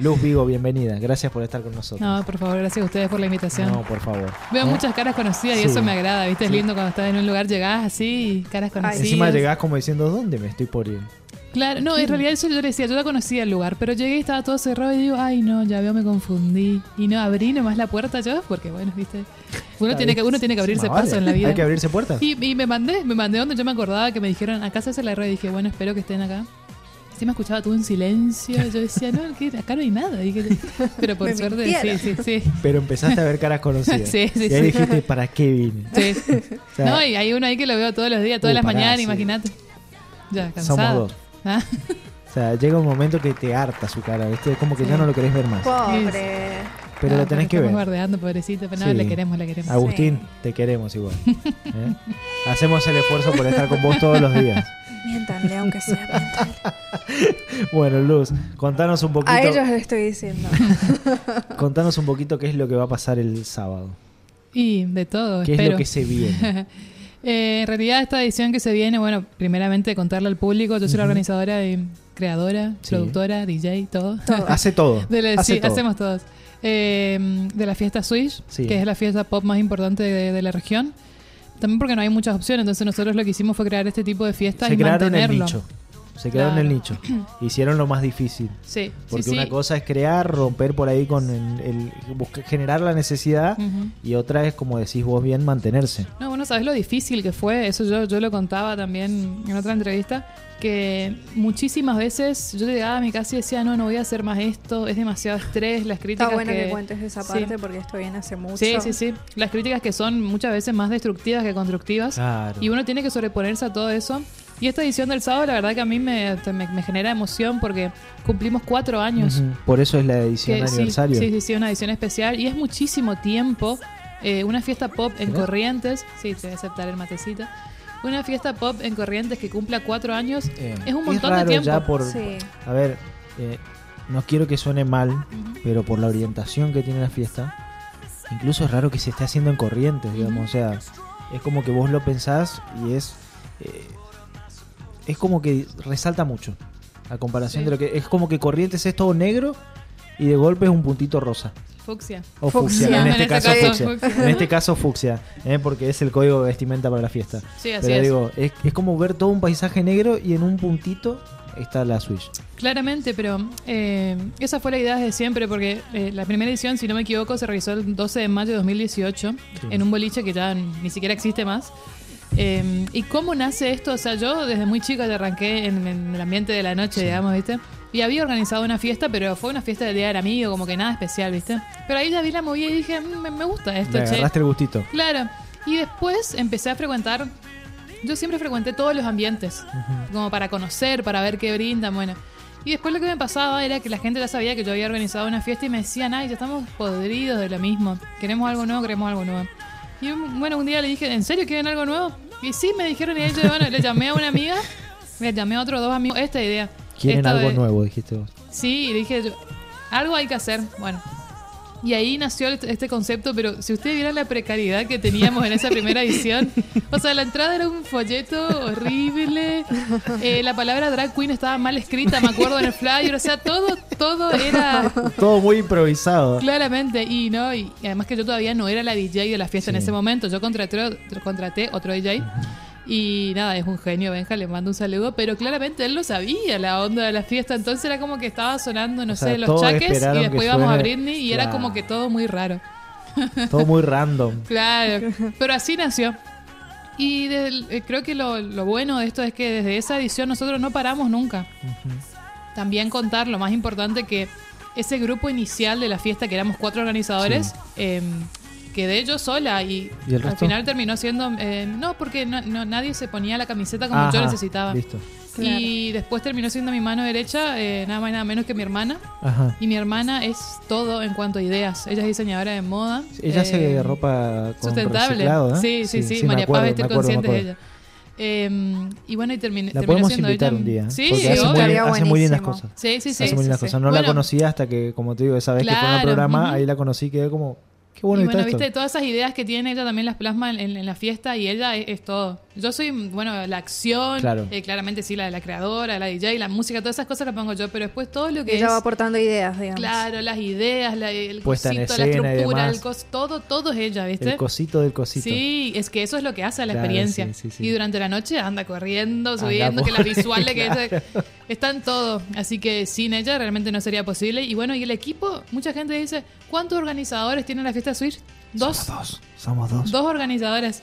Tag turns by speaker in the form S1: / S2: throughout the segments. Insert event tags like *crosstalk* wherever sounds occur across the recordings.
S1: Luz Vigo, bienvenida. Gracias por estar con nosotros.
S2: No, por favor, gracias a ustedes por la invitación.
S1: No, por favor.
S2: Veo
S1: ¿Eh?
S2: muchas caras conocidas y
S1: Sí.
S2: eso me agrada, ¿viste? Es
S1: Sí.
S2: lindo cuando estás en un lugar, llegás así, y caras conocidas.
S1: Encima llegás como diciendo, ¿dónde me estoy por ir?
S2: Claro, no, en realidad eso yo le decía, yo la conocía el lugar, pero llegué y estaba todo cerrado y digo, ay no, ya veo, me confundí. Y no abrí nomás la puerta yo, porque bueno, viste, uno,
S1: Está
S2: tiene que,
S1: bien.
S2: uno tiene que abrirse
S1: Más vale.
S2: paso en la vida.
S1: Hay que abrirse puertas.
S2: Y, y me mandé, me mandé donde yo me acordaba que me dijeron, acá se hace la red, y dije, bueno, espero que estén acá. Así me escuchaba todo en silencio, yo decía, no, que acá no hay nada. Y dije, pero por
S3: *laughs* Me
S2: suerte,
S3: mintieron.
S2: sí, sí, sí.
S1: Pero empezaste a ver caras conocidas.
S2: *laughs* Sí, sí,
S1: y ahí
S2: sí.
S1: dijiste, ¿para qué vine?
S2: sí.
S3: *laughs*
S1: O sea,
S2: No, y hay uno ahí que lo veo todos los días, todas
S1: Uh,
S2: las
S1: pará,
S2: mañanas,
S1: sí.
S2: imagínate. Ya,
S1: somos
S2: cansado.
S1: dos.
S2: Ah,
S1: O sea, llega un momento que te harta su cara, ¿viste? Es como que ya no lo querés ver más.
S3: Pobre.
S1: Pero
S2: *laughs* no,
S1: lo tenés que
S2: estamos
S1: ver.
S2: bardeando, pobrecito, pero no,
S1: Sí.
S2: le queremos, le queremos.
S1: Agustín,
S3: Sí.
S1: te queremos
S2: *laughs*
S1: igual. ¿eh? Hacemos el esfuerzo por estar con vos todos los
S2: *laughs*
S1: días.
S3: Miéntanle,
S1: *laughs*
S3: aunque sea. miéntanle.
S1: Bueno, Luz, contanos un poquito.
S3: A ellos les estoy diciendo.
S1: Contanos un poquito qué es lo que va a pasar el sábado.
S2: Y de todo,
S1: ¿Qué es
S2: espero.
S1: lo que se viene?
S2: Eh, en realidad, esta edición que se viene, bueno, primeramente contarle al público. Yo soy la
S1: Ujú.
S2: organizadora, y creadora,
S1: Sí.
S2: productora, DJ,
S1: *laughs*
S2: todo. *laughs*
S3: Todo.
S1: Hace todo.
S2: De la-
S1: hace
S2: sí,
S1: todo.
S2: hacemos todos. Eh, de la fiesta Swish,
S1: Sí.
S2: que es la fiesta pop más importante de, de la región. También porque no hay muchas opciones, entonces nosotros lo que hicimos fue crear este tipo de fiestas
S1: Se
S2: y
S1: crearon el
S2: mantenerlo.
S1: nicho. Se crearon el
S2: Claro.
S1: nicho. *clears throat* Hicieron lo más difícil.
S2: Sí,
S1: Porque
S2: sí,
S1: una
S2: sí.
S1: cosa es crear, romper por ahí con el, el- busca- generar la necesidad
S2: Ujú.
S1: y otra es, como decís vos bien, mantenerse.
S2: No, bueno, sabes lo difícil que fue. Eso yo, yo lo contaba también en otra entrevista. Que muchísimas veces yo llegaba a mi casa y decía, no, no voy a hacer más esto, es demasiado estrés, las críticas.
S3: Está bueno que,
S2: que
S3: cuentes esa
S2: sí.
S3: parte porque esto viene hace mucho.
S2: Sí, sí, sí. Las críticas que son muchas veces más destructivas que constructivas.
S1: Claro.
S2: Y uno tiene que sobreponerse a todo eso. Y esta edición del sábado, la verdad que a mí me, te- me- me genera emoción porque cumplimos cuatro años.
S1: Ujú. Por eso es la edición
S2: Que sí,
S1: aniversario.
S2: Sí, sí, sí, una edición especial. Y es muchísimo tiempo. Eh, una fiesta pop en
S1: ¿Querés?
S2: Corrientes. Sí, te voy a aceptar el matecito. Una fiesta pop en Corrientes que cumpla cuatro años.
S1: Eh,
S2: Es un montón de
S1: raro
S2: tiempo.
S1: ya por-
S3: Sí.
S1: A ver, eh, no quiero que suene mal, pero por la orientación que tiene la fiesta, incluso es raro que se esté haciendo en corrientes, digamos. O sea, es como que vos lo pensás y es. eh, es como que resalta mucho. A comparación
S2: Sí.
S1: de lo que. Es como que corrientes es todo negro y de golpe es un puntito rosa.
S2: Fucsia.
S1: O fucsia,
S3: Fucsia.
S1: en
S3: En
S1: este
S2: este
S1: caso
S2: caso,
S1: fucsia.
S2: fucsia.
S1: En este caso fucsia, eh, porque es el código de vestimenta para la fiesta.
S2: Sí, así
S1: Pero
S2: es.
S1: digo, es, es como ver todo un paisaje negro y en un puntito está la Switch.
S2: Claramente, pero eh, esa fue la idea desde siempre, porque eh, la primera edición, si no me equivoco, se realizó el 12 de mayo de 2018
S1: Sí.
S2: en un boliche que ya n- ni siquiera existe más. Eh, ¿Y cómo nace esto? O sea, yo desde muy chica ya arranqué en, en el ambiente de la noche, digamos, ¿viste? Y había organizado una fiesta, pero fue una fiesta del Día del Amigo, como que nada especial, ¿viste? Pero ahí ya vi la movida y dije, "Mm, me, me gusta esto,
S1: Le
S2: che.
S1: agarraste el gustito.
S2: Claro. Y después empecé a frecuentar. Yo siempre frecuenté todos los ambientes, como para conocer, para ver qué brindan, bueno. Y después lo que me pasaba era que la gente ya sabía que yo había organizado una fiesta y me decían, ay, ya estamos podridos de lo mismo, queremos algo nuevo, queremos algo nuevo. Y un- bueno, un día le dije, ¿en serio quieren algo nuevo? Y sí, me dijeron, y ahí yo, bueno, le llamé a una amiga, le llamé a otros dos amigos, esta idea.
S1: Quieren
S2: Esto
S1: algo
S2: de-
S1: nuevo, dijiste vos.
S2: Sí, y dije, yo, algo hay que hacer. Bueno. Y ahí nació este este concepto, pero si ustedes vieran la precariedad que teníamos en esa primera edición, o sea, la entrada era un folleto horrible, eh, la palabra drag queen estaba mal escrita, me acuerdo en el flyer, o sea, todo, todo era
S1: Todo muy improvisado.
S2: claramente, y no, y y además que yo todavía no era la DJ de la fiesta en
S1: Sí.
S2: ese momento, yo contraté, otro- contraté otro DJ. Y nada, es un genio, Benja, le mando un saludo, pero claramente él lo sabía, la onda de la fiesta, entonces era como que estaba sonando, no
S1: O
S2: sé,
S1: sea,
S2: los
S1: todos
S2: chaques
S1: esperaron
S2: y
S1: que
S2: después íbamos a
S1: suene-
S2: Britney y era
S1: Claro.
S2: como que todo muy raro.
S1: Todo muy random. *laughs*
S2: Claro, pero así nació. Y desde el- eh, creo que lo, lo bueno de esto es que desde esa edición nosotros no paramos nunca. También contar lo más importante que ese grupo inicial de la fiesta, que éramos cuatro organizadores,
S1: Sí.
S2: eh, quedé yo sola y,
S1: ¿Y el
S2: al
S1: resto?
S2: final terminó siendo... eh, no, porque no- no- nadie se ponía la camiseta como yo
S1: Ajá,
S2: necesitaba.
S1: Listo.
S3: Claro.
S2: Y después terminó siendo mi mano derecha, eh, nada más y nada menos que mi hermana.
S1: Ajá.
S2: Y mi hermana es todo en cuanto a ideas. Ella es diseñadora de moda.
S1: Ella hace
S2: eh,
S1: ropa con
S2: sustentable.
S1: reciclado, ¿eh?
S2: Sí, sí, sí.
S1: me
S2: María
S1: acuerdo,
S2: Paz
S1: me
S2: estar
S1: acuerdo, me
S2: consciente de
S1: acuerdo.
S2: ella. Eh, y bueno, y terminé.
S1: La podemos invitar un día.
S2: Sí,
S1: porque hace,
S3: obvio.
S1: muy, bien-
S3: Estaría
S1: hace muy bien las
S3: buenísimo.
S1: cosas.
S2: sí, sí, sí.
S1: hace muy bien las
S3: sí, sí.
S1: cosas. No la
S2: Bueno.
S1: conocí hasta que, como te digo, esa vez que fue en el
S2: Claro,
S1: programa,
S2: ujú.
S1: ahí la conocí, quedé como, Qué bueno
S2: y
S1: que
S2: bueno,
S1: está
S2: viste,
S1: esto.
S2: todas esas ideas que tiene, ella también las plasma en, en- en la fiesta y ella es, es todo. Yo soy, bueno, la acción,
S1: Claro.
S2: eh, claramente sí, la de la creadora, la DJ, la música, todas esas cosas las pongo yo, pero después todo lo que
S3: Ella va
S2: es,
S3: aportando ideas, digamos.
S2: claro, las ideas, la, el
S1: Puesta en
S2: cosito, la
S1: escena y
S2: estructura,
S1: demás.
S2: el cos, todo, todo es ella, ¿viste?
S1: El cosito del cosito.
S2: Sí, es que eso es lo que hace a la
S1: Claro,
S2: experiencia.
S1: sí, sí, sí.
S2: Y durante la noche anda corriendo,
S1: Anda
S2: subiendo, que
S1: por-
S2: las visuales que ella- están todo. Así que sin ella realmente no sería posible. Y bueno, y el equipo, mucha gente dice, ¿cuántos organizadores tiene la fiesta Switch? Dos.
S1: Somos dos. Somos dos.
S2: Dos organizadoras.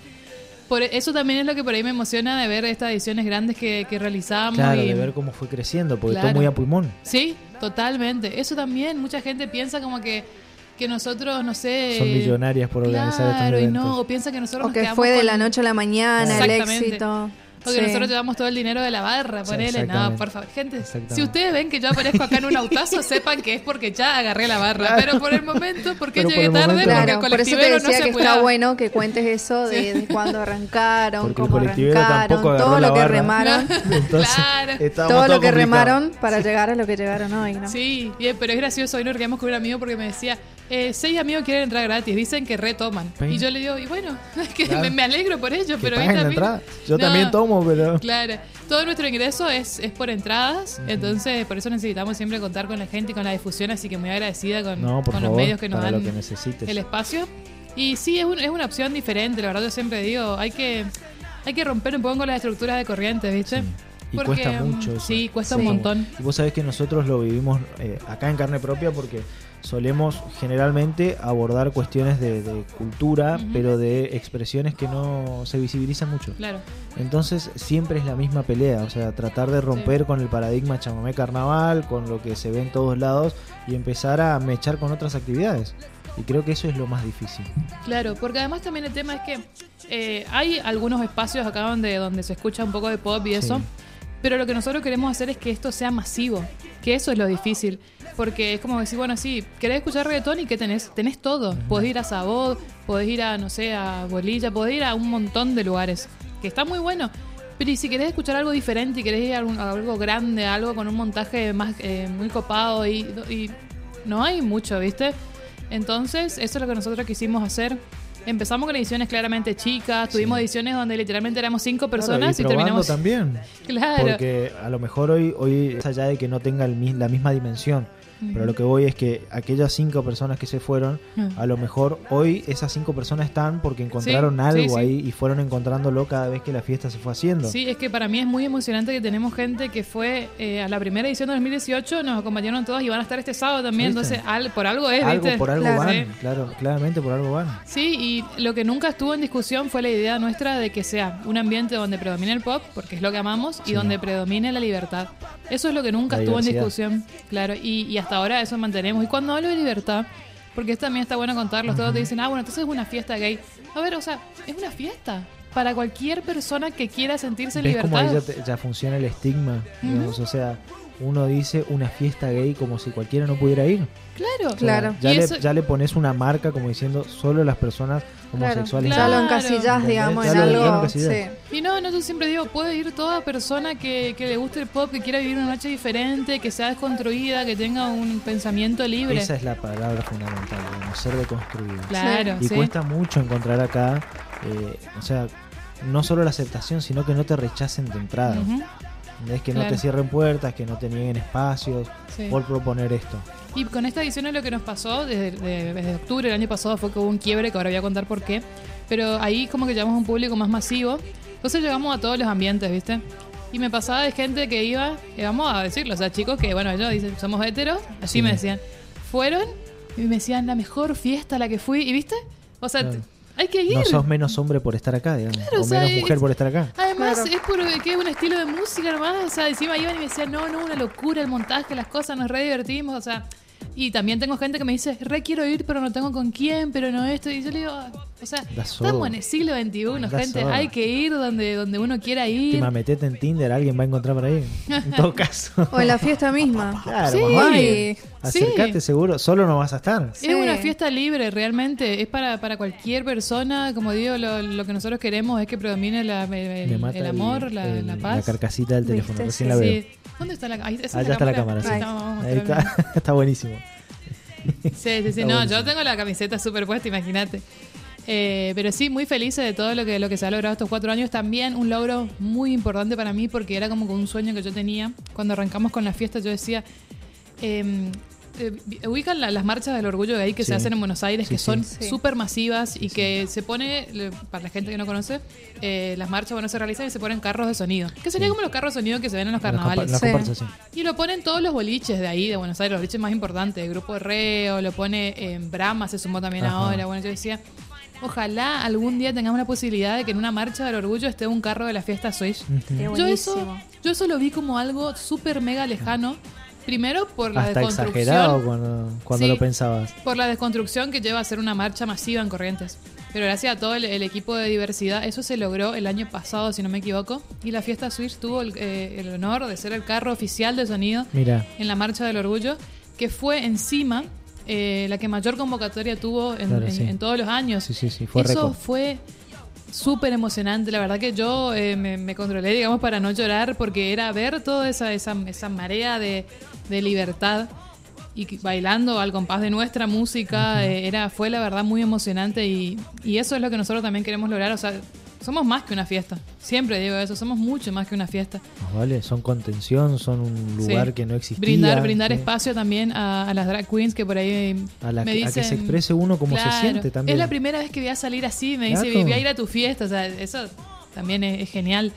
S2: Por e, eso también es lo que por ahí me emociona de ver estas ediciones grandes que, que realizamos.
S1: Claro,
S2: y-
S1: de ver cómo fue creciendo, porque
S2: Claro.
S1: todo muy a pulmón.
S2: Sí, totalmente. Eso también, mucha gente piensa como que, que nosotros, no sé...
S1: Son millonarias por organizar
S2: Eh, Claro,
S1: estos
S2: y
S1: eventos. *laughs*
S2: no, o piensa que nosotros
S3: O
S2: nos
S3: que
S2: quedamos
S3: fue de
S2: con-
S3: la noche a la mañana el
S2: Exactamente.
S3: éxito.
S2: Porque
S3: Sí.
S2: nosotros llevamos todo el dinero de la barra,
S1: Sí,
S2: ponele. No,
S1: exactamente.
S2: por favor, gente.
S1: Exactamente.
S2: Si ustedes ven que yo aparezco acá en
S1: *laughs*
S2: un autazo, sepan que es porque ya agarré la barra. Pero por el momento, porque
S1: Pero por
S2: llegué
S1: el
S2: tarde,
S1: momento.
S2: porque el
S3: Claro, por eso te
S2: colectivero no
S3: decía
S2: se
S3: que
S2: cuidaba.
S3: está bueno que cuentes eso de, de cuando arrancaron,
S1: Porque el
S3: cómo
S1: colectivero
S3: arrancaron,
S1: tampoco agarró
S3: todo
S1: la
S3: lo que
S1: barra.
S3: remaron,
S1: Entonces,
S2: Claro.
S1: estábamos
S3: todo
S1: todos
S3: lo que
S1: complicados.
S3: remaron para llegar a lo que llegaron hoy, ¿no?
S2: Sí, y- pero es gracioso. Hoy nos quedamos con un amigo porque me decía, eh, seis amigos quieren entrar gratis, dicen que retoman.
S1: Sí.
S2: Y yo le digo, y bueno, *laughs* es que
S1: Claro.
S2: me, me alegro por ello,
S1: Que
S2: pero
S1: paguen la
S2: a mí-
S1: entrada. Yo
S2: No.
S1: también tomo, pero.
S2: Claro, todo nuestro ingreso es, es por entradas, entonces por eso necesitamos siempre contar con la gente y con la difusión, así que muy agradecida con,
S1: No, por
S2: con los
S1: favor,
S2: medios que nos
S1: para
S2: dan
S1: lo que necesites.
S2: el espacio. Y sí, es, un- es una opción diferente, la verdad yo siempre digo, hay que, hay que romper un poco con las estructuras de corrientes, ¿viste?
S1: Y
S2: Porque,
S1: cuesta
S2: mm,
S1: mucho eso.
S2: Sí, cuesta un
S3: Sí.
S2: montón.
S1: Y vos sabés que nosotros lo vivimos eh, acá en carne propia porque solemos generalmente abordar cuestiones de, de cultura,
S2: Ujú.
S1: pero de expresiones que no se visibilizan mucho.
S2: Claro,
S1: Entonces siempre es la misma pelea, o sea, tratar de romper con el paradigma chamamé carnaval, con lo que se ve en todos lados y empezar a mechar con otras actividades. Y creo que eso es lo más difícil.
S2: claro, porque además también el tema es que eh, hay algunos espacios acá donde, donde se escucha un poco de pop y eso,
S1: Sí.
S2: Pero lo que nosotros queremos hacer es que esto sea masivo, que eso es lo difícil. Porque es como decir, bueno, sí, querés escuchar reggaetón y ¿qué tenés? Tenés todo. Podés ir a Sabot, podés ir a, no sé, a Bolilla, podés ir a un montón de lugares, que está muy bueno. Pero y si querés escuchar algo diferente y querés ir a, algún- a algo grande, a algo con un montaje más eh, muy copado y, y no hay mucho, ¿viste? Entonces, eso es lo que nosotros quisimos hacer. Empezamos con ediciones claramente chicas, tuvimos
S1: Sí.
S2: ediciones donde literalmente éramos cinco
S1: Claro,
S2: personas
S1: y
S2: y,
S1: probando
S2: terminamos...
S1: también.
S2: *laughs* Claro.
S1: Porque a lo mejor hoy, hoy más allá de que no tenga el mi- la misma dimensión, pero lo que Ah, voy es que aquellas cinco personas que se fueron,
S2: Mm.
S1: a lo mejor hoy esas cinco personas están porque encontraron
S2: sí,
S1: algo
S2: sí.
S1: ahí y fueron encontrándolo cada vez que la fiesta se fue haciendo.
S2: Sí, es que para mí es muy emocionante que tenemos gente que fue eh, a la primera edición de 2018, nos acompañaron todos y van a estar este sábado también,
S1: ¿Viste?
S2: entonces al- por algo es,
S1: algo
S2: ¿viste?
S1: por algo
S3: Claro.
S1: van, claro, claramente por algo van.
S2: Sí, y lo que nunca estuvo en discusión fue la idea nuestra de que sea un ambiente donde predomine el pop, porque es lo que amamos, y
S1: Sí.
S2: donde predomine la libertad. Eso es lo que nunca
S1: La
S2: estuvo en
S1: diversidad.
S2: discusión, claro, y, y hasta ahora eso mantenemos. Y cuando hablo de libertad, porque esto también está bueno contarlo, todos te dicen, ah, bueno, entonces es una fiesta gay. A ver, o sea, es una fiesta para cualquier persona que quiera sentirse en
S1: ¿Ves
S2: libertad.
S1: cómo ahí ya, te- ya funciona el estigma? digamos? O sea, uno dice una fiesta gay como si cualquiera no pudiera ir.
S2: Claro.
S1: O sea,
S3: Claro.
S1: Ya,
S2: Y
S1: le,
S2: eso-
S1: ya le pones una marca como diciendo solo las personas
S3: Claro,
S1: homosexuales.
S3: ya lo
S2: Claro.
S3: encasillas, digamos, en
S2: Ya lo- ya lo
S3: algo.
S1: encasillas.
S3: sí.
S2: Y no, no, yo siempre digo, puede ir toda persona que, que le guste el pop, que quiera vivir una noche diferente, que sea desconstruida, que tenga un pensamiento libre.
S1: Esa es la palabra fundamental, digamos, ser deconstruido.
S2: Claro,
S1: Y
S2: sí.
S1: cuesta mucho encontrar acá, eh, o sea, no solo la aceptación, sino que no te rechacen de entrada.
S2: Ujú,
S1: ¿entendés? Que no
S2: Claro.
S1: te cierren puertas, que no te nieguen espacios
S2: sí.
S1: por proponer esto.
S2: Y con esta edición es lo que nos pasó desde, de- desde octubre del año pasado, fue que hubo un quiebre, que ahora voy a contar por qué. Pero ahí como que llevamos a un público más masivo. Entonces llegamos a todos los ambientes, ¿viste? Y me pasaba de gente que iba, eh, vamos a decirlo, o sea, chicos que, bueno, ellos dicen, somos heteros, así
S1: Sí.
S2: me decían. Fueron y me decían, la mejor fiesta a la que fui, ¿y viste? O sea,
S1: Claro.
S2: t- hay que ir.
S1: No sos menos hombre por estar acá, digamos,
S2: Claro,
S1: o
S2: o sea,
S1: menos
S2: es- Ah,
S1: mujer por estar acá.
S2: Además,
S3: Claro.
S2: es por que es un estilo de música nomás. O sea, encima iban y me decían, no, no, una locura el montaje, las cosas, nos re divertimos. O sea, y también tengo gente que me dice, re quiero ir, pero no tengo con quién, pero no esto. Y yo le digo, "Ah, o sea,
S1: Da
S2: estamos
S1: soda.
S2: en el siglo XXI,
S1: Da
S2: gente.
S1: soda.
S2: Hay que ir donde, donde uno quiera ir.
S1: Última, metete en Tinder, alguien va a encontrar por
S2: *laughs*
S1: ahí. En todo caso.
S3: O en la fiesta misma.
S1: Claro,
S2: Oh, Sí.
S1: más vale.
S2: Sí.
S1: Acercate seguro, solo no vas a estar.
S3: Sí.
S2: Es una fiesta libre, realmente. Es para, para cualquier persona. Como digo, lo, lo que nosotros queremos es que predomine la- el, el-
S1: Me mata
S2: el amor, la,
S1: el-
S2: la paz.
S1: carcasita del teléfono,
S3: ¿Viste?
S1: recién
S3: Sí,
S1: la veo.
S2: Sí. ¿Dónde está la, ahí- esa es
S1: Allá *laughs* está la cámara,
S2: Ahí
S1: sí.
S2: está, vamos a
S1: Ahí
S2: mostrarla.
S1: está, está buenísimo.
S2: Sí, sí, sí.
S1: Está
S2: No,
S1: buenísimo.
S2: yo tengo la camiseta superpuesta, imagínate. Eh, pero sí, muy felices de todo lo que, lo que se ha logrado estos cuatro años. También un logro muy importante para mí porque era como que un sueño que yo tenía. Cuando arrancamos con la fiesta yo decía, eh, eh, ubican la- las marchas del orgullo de ahí que
S1: Sí.
S2: se hacen en Buenos Aires,
S1: Sí,
S2: que
S1: sí.
S2: son
S3: Sí.
S2: súper masivas y que se pone, le- para la gente que no conoce, eh, las marchas, bueno, se realizan y se ponen carros de sonido. Que sería
S1: Sí.
S2: como los carros de sonido que se ven en los
S1: La compa-
S2: carnavales.
S1: La
S3: Sí.
S1: comparsa, sí.
S2: Y lo ponen todos los boliches de ahí, de Buenos Aires, los boliches más importantes, el grupo de Reo, lo pone en Brahma, se sumó también
S1: Ajá.
S2: ahora. Bueno, yo decía, ojalá algún día tengamos la posibilidad de que en una marcha del orgullo esté un carro de la fiesta Switch.
S1: Ujú.
S2: Yo eso, yo eso lo vi como algo súper mega lejano, primero por la
S1: Hasta
S2: desconstrucción.
S1: exagerado cuando, cuando
S2: Sí.
S1: lo pensabas.
S2: Por la desconstrucción que lleva a ser una marcha masiva en Corrientes. Pero gracias a todo el, el equipo de diversidad, eso se logró el año pasado, si no me equivoco. Y la fiesta Switch tuvo el, eh, el honor de ser el carro oficial de sonido
S1: Mira,
S2: en la Marcha del Orgullo, que fue encima eh, la que mayor convocatoria tuvo en,
S1: Claro,
S2: en-
S1: sí.
S2: en todos los años.
S1: sí, sí, sí, fue
S2: Eso
S1: récord.
S2: fue súper emocionante. La verdad que yo eh, me, me controlé, digamos, para no llorar, porque era ver toda esa, esa, esa marea de, de libertad y que- bailando al compás de nuestra música. eh, era, fue la verdad muy emocionante y, y eso es lo que nosotros también queremos lograr. O sea, somos más que una fiesta. Siempre digo eso, somos mucho más que una fiesta.
S1: Más Vale, son contención, son un
S2: Sí.
S1: lugar que no existía.
S2: Brindar, brindar
S1: sí.
S2: espacio también a, a las drag queens que por ahí eh,
S1: A, la,
S2: me
S1: a
S2: dicen...
S1: que se exprese uno como
S2: Claro,
S1: se siente también.
S2: Es la primera vez que voy a salir así, me dice,
S1: Claro.
S2: voy a ir a tu fiesta, o sea, eso también es, es genial.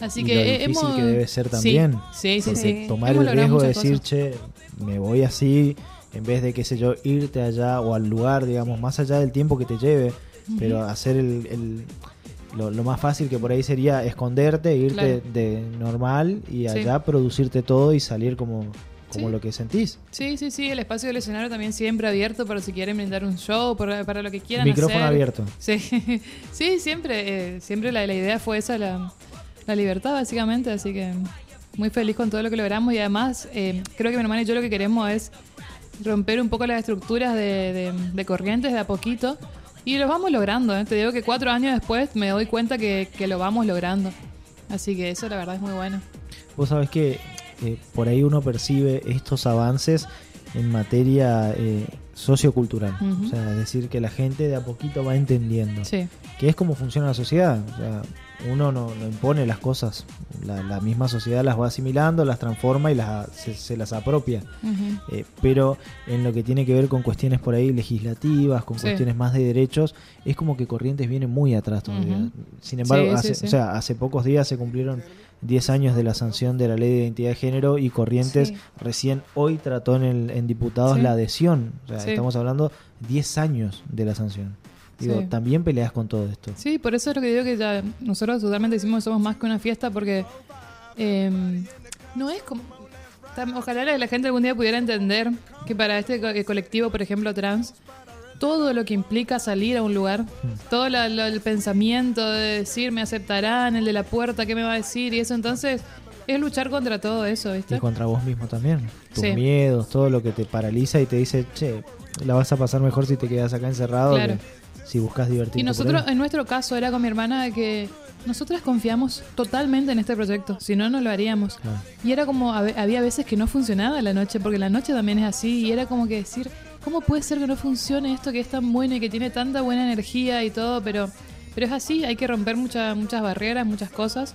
S2: Así
S1: Y
S2: que
S1: lo
S2: eh,
S1: difícil
S2: hemos...
S1: que debe ser
S2: Sí,
S1: también,
S2: Sí, sí, sí.
S1: Porque
S3: sí.
S1: tomar
S2: Hemos
S1: el riesgo
S2: logrado
S1: de
S2: muchas
S1: decir, che, me voy así, en vez de, qué sé yo, irte allá o al lugar, digamos, más allá del tiempo que te lleve, pero hacer el... el- lo, lo más fácil que por ahí sería esconderte, irte
S2: Claro.
S1: de normal y
S2: Sí.
S1: allá producirte todo y salir como, como
S2: Sí.
S1: lo que sentís.
S2: Sí, sí, sí, el espacio del escenario también siempre abierto para si quieren brindar un show, para, para lo que quieran
S1: Micrófono
S2: hacer.
S1: abierto.
S2: Sí, *laughs* sí siempre, eh, siempre la, la idea fue esa, la, la libertad básicamente, así que muy feliz con todo lo que logramos y además eh, creo que mi hermana y yo lo que queremos es romper un poco las estructuras de, de- de corrientes de a poquito y lo vamos logrando, ¿eh? te digo que cuatro años después me doy cuenta que, que lo vamos logrando, así que eso la verdad es muy bueno.
S1: Vos sabés que eh, por ahí uno percibe estos avances en materia eh, sociocultural.
S2: Ujú.
S1: O sea, es decir, que la gente de a poquito va entendiendo.
S2: Sí,
S1: Que es como funciona la sociedad. O sea, uno no, no impone las cosas. La, la misma sociedad las va asimilando, las transforma y las, se, se las apropia.
S2: Ujú.
S1: Eh, pero en lo que tiene que ver con cuestiones por ahí legislativas, con
S2: Sí.
S1: cuestiones más de derechos, es como que Corrientes viene muy atrás todavía.
S2: Ujú.
S1: Sin embargo,
S2: Sí, sí,
S1: hace,
S2: sí.
S1: o sea, hace pocos días se cumplieron 10 años de la sanción de la ley de identidad de género y Corrientes
S3: Sí.
S1: recién hoy trató en, el- en diputados
S2: Sí.
S1: la adhesión. O sea,
S2: Sí.
S1: estamos hablando 10 años de la sanción. Digo,
S2: Sí.
S1: también peleas con todo esto.
S2: Sí, por eso es lo que digo que ya nosotros totalmente decimos que somos más que una fiesta porque eh, no es como... tam- Ojalá la, la gente algún día pudiera entender que para este co- eh, colectivo, por ejemplo, trans, todo lo que implica salir a un lugar, todo la- lo- el pensamiento de decir me aceptarán, el de la puerta, qué me va a decir y eso, entonces es luchar contra todo eso,
S1: Y
S2: ¿viste?
S1: contra vos mismo también. Tus
S2: Sí.
S1: miedos, todo lo que te paraliza y te dice, che, la vas a pasar mejor si te quedas acá encerrado.
S2: Claro.
S1: que Si buscas divertirte.
S2: Y
S1: por
S2: nosotros,
S1: ahí".
S2: en nuestro caso, era con mi hermana de que nosotras confiamos totalmente en este proyecto, si no, no lo haríamos.
S1: Claro.
S2: Y era como, habe- había veces que no funcionaba la noche, porque la noche también es así, y era como que decir, ¿cómo puede ser que no funcione esto que es tan bueno y que tiene tanta buena energía y todo? Pero, pero es así, hay que romper muchas muchas barreras, muchas cosas.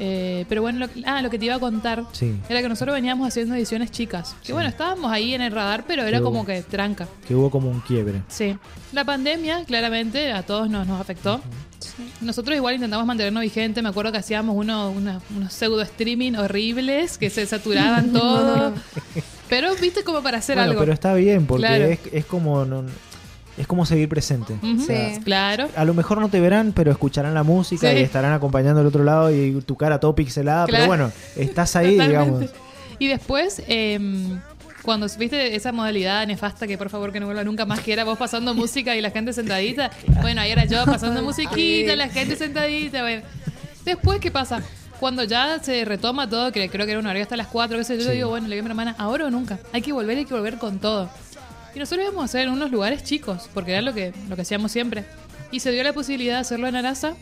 S2: Eh, pero bueno, lo, que- ah, lo que te iba a contar
S1: Sí.
S2: era que nosotros veníamos haciendo ediciones chicas. Que
S1: Sí.
S2: bueno, estábamos ahí en el radar, pero era
S1: Qué
S2: como
S1: bueno.
S2: que tranca.
S1: Que hubo como un quiebre.
S2: Sí. La pandemia, claramente, a todos nos, nos afectó. Nosotros igual intentamos mantenernos vigentes. Me acuerdo que hacíamos uno- una- unos pseudo streaming horribles que
S1: *laughs*
S2: se saturaban todo. Pero viste como para hacer
S1: Bueno,
S2: algo.
S1: pero está bien, porque
S2: Claro.
S1: es, es como no- es como seguir presente.
S2: Ujú.
S1: O sea,
S3: Sí.
S2: Claro.
S1: A lo mejor no te verán, pero escucharán la música
S2: Sí.
S1: y estarán acompañando al otro lado y tu cara todo pixelada.
S2: Claro.
S1: Pero bueno, estás ahí,
S2: Totalmente.
S1: digamos.
S2: Y después, em, cuando viste esa modalidad nefasta que por favor que no vuelva nunca más, que era vos pasando música y la gente sentadita. Bueno, ahí era yo pasando musiquita, la gente sentadita. bueno. Después, ¿qué pasa? Cuando ya se retoma todo, que creo que era un horario hasta las 4, qué sé yo, yo
S1: Sí.
S2: digo, bueno, le digo a mi hermana, ahora o nunca. Hay que volver, hay que volver con todo. Y nosotros íbamos a hacer en unos lugares chicos, porque era lo que, lo que hacíamos siempre. Y se dio la posibilidad de hacerlo en Arasa,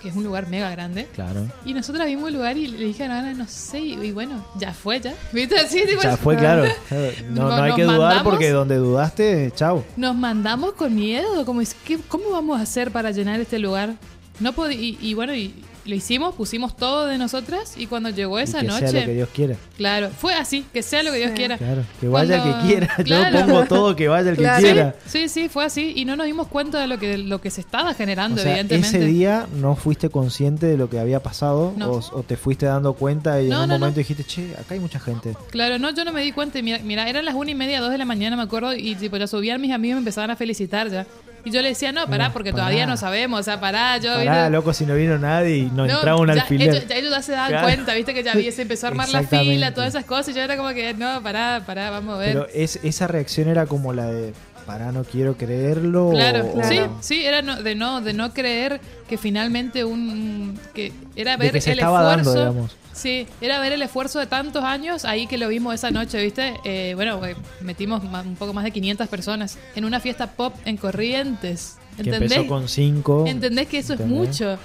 S2: que es un lugar mega grande.
S1: Claro.
S2: Y nosotras vimos el lugar y le dije a la Ana, no sé, y, y bueno, ya fue, ya. *laughs* ¿Viste? Así, tipo,
S1: Ya fue
S2: *laughs*
S1: claro. claro. No, no hay
S2: Nos
S1: que dudar
S2: mandamos.
S1: porque donde dudaste, chao.
S2: Nos mandamos con miedo, como, es, ¿qué- ¿cómo vamos a hacer para llenar este lugar? No podi- y, y bueno, y lo hicimos, pusimos todo de nosotras y cuando llegó
S1: Y
S2: esa
S1: que
S2: noche,
S1: sea lo que Dios quiera.
S2: claro, fue así, que sea lo que Dios
S3: Sí.
S2: quiera.
S1: Claro, que vaya el que
S2: Cuando-
S1: quiera. *laughs*
S2: Claro.
S1: Yo pongo todo que vaya el que
S3: Claro.
S2: Sí,
S1: quiera.
S2: sí, sí, fue así y no nos dimos cuenta de lo que, lo que se estaba
S1: O
S2: generando,
S1: sea,
S2: evidentemente.
S1: ese día no fuiste consciente de lo que había pasado
S2: No.
S1: o, o te fuiste dando cuenta y en
S2: No,
S1: un
S2: no,
S1: momento
S2: no.
S1: dijiste, che, acá hay mucha gente.
S2: Claro, no, yo no me di cuenta. y Mira, mira, eran las una y media, dos de la mañana, me acuerdo, y tipo, ya subían mis amigos y me empezaban a felicitar ya. Y yo le decía, no, pará,
S1: No,
S2: porque
S1: pará.
S2: todavía no sabemos, o sea, pará, yo...
S1: Pará,
S2: ¿viste?
S1: loco, si no vino nadie y nos
S2: No,
S1: entraba un
S2: ya
S1: alfiler.
S2: Ellos, ya ellos ya se daban
S1: Claro.
S2: cuenta, viste que ya había- se empezó a armar la
S1: Exactamente.
S2: fila, todas esas cosas, y yo era como que, no, pará, pará, vamos a ver.
S1: Pero es, esa reacción era como la de, pará, no quiero creerlo.
S2: Claro,
S1: o-
S2: sí,
S3: claro.
S2: sí, era no- de no de no creer que finalmente un que era
S1: De
S2: ver
S1: que se
S2: el
S1: estaba dando,
S2: esfuerzo,
S1: digamos.
S2: sí, era ver el esfuerzo de tantos años ahí que lo vimos esa noche, ¿viste? Eh, bueno, eh, metimos ma- un poco más de 500 personas en una fiesta pop en Corrientes,
S1: Que
S2: ¿entendés?
S1: empezó con cinco.
S2: ¿Entendés que eso
S1: ¿Entendés?
S2: es mucho?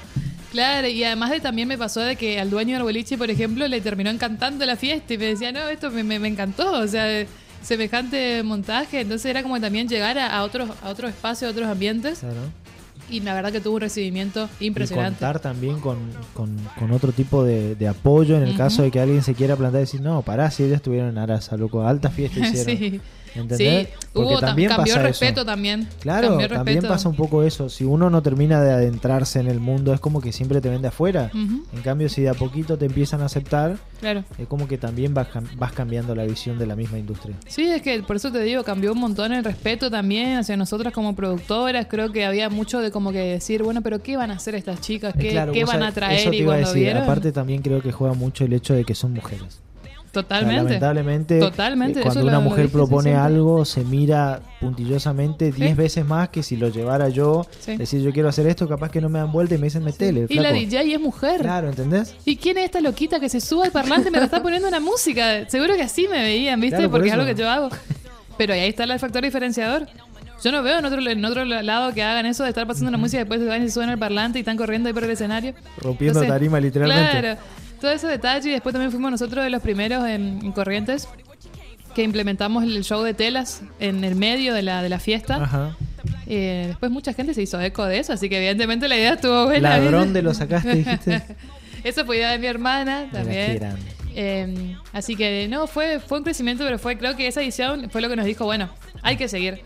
S2: Claro, y además de también me pasó de que al dueño del boliche, por ejemplo, le terminó encantando la fiesta y me decía, no, esto me, me- me encantó, o sea, eh, semejante montaje, entonces era como también llegar a, a otros a otros espacios, a otros ambientes,
S1: Claro.
S2: y la verdad que tuvo un recibimiento
S1: Y
S2: impresionante.
S1: contar también con, con- con otro tipo de, de apoyo en el
S2: Ujú.
S1: caso de que alguien se quiera plantar y decir, no, pará, si ellas estuvieron en Arasa, loco, alta fiesta hicieron.
S2: *laughs* sí,
S1: ¿Entendés?
S2: sí,
S1: Porque
S2: hubo, tam-
S1: también
S2: cambió el
S1: pasa
S2: respeto
S1: eso.
S2: también.
S1: Claro,
S2: cambió el
S1: también
S2: respeto.
S1: pasa un poco eso. Si uno no termina de adentrarse en el mundo, es como que siempre te ven de afuera.
S2: Ujú,
S1: En cambio, si de a poquito te empiezan a aceptar,
S2: claro.
S1: es como que también vas, cam- vas cambiando la visión de la misma industria.
S2: Sí, es que por eso te digo, cambió un montón el respeto también hacia nosotras como productoras. Creo que había mucho de como que decir, bueno, pero ¿qué van a hacer estas chicas?
S1: Eh,
S2: ¿Qué,
S1: claro,
S2: qué
S1: vos
S2: van a
S1: sabés,
S2: traer?
S1: Eso te
S2: y
S1: iba a
S2: cuando
S1: decir.
S2: vieron,
S1: Aparte, también creo que juega mucho el hecho de que son mujeres. O sea,
S2: totalmente.
S1: lamentablemente,
S2: Totalmente,
S1: eh,
S2: eso
S1: cuando
S2: lo-
S1: una
S2: lo
S1: mujer
S2: dije
S1: propone
S2: siempre.
S1: algo, se mira puntillosamente 10 veces más que si lo llevara yo.
S2: Sí.
S1: Decir, yo quiero hacer esto, capaz que no me dan vuelta y me dicen, metele.
S2: y la
S1: flaco".
S2: DJ es mujer.
S1: Claro, ¿entendés?
S2: ¿Y quién es esta loquita que se sube al parlante y me la está poniendo una música? Seguro que así me veían, ¿viste?
S1: Claro, por
S2: Porque es
S1: eso.
S2: algo que yo hago. Pero ahí está el factor diferenciador. Yo no veo en otro, en otro lado que hagan eso de estar pasando una música y después se van y suenan al parlante y están corriendo ahí por el escenario.
S1: Rompiendo
S2: Entonces,
S1: tarima literalmente.
S2: Claro, todo ese detalle. Y después también fuimos nosotros de los primeros en, en Corrientes que implementamos el show de telas en el medio de la, de la fiesta.
S1: Ajá.
S2: Eh, después mucha gente se hizo eco de eso, así que evidentemente la idea estuvo buena. *laughs*
S1: Ladrón de lo sacaste, dijiste.
S2: Eso fue idea de mi hermana
S1: Mira, qué
S2: también.
S1: grande.
S2: Eh, así que no, fue, fue un crecimiento, pero fue creo que esa edición fue lo que nos dijo, bueno, hay que seguir.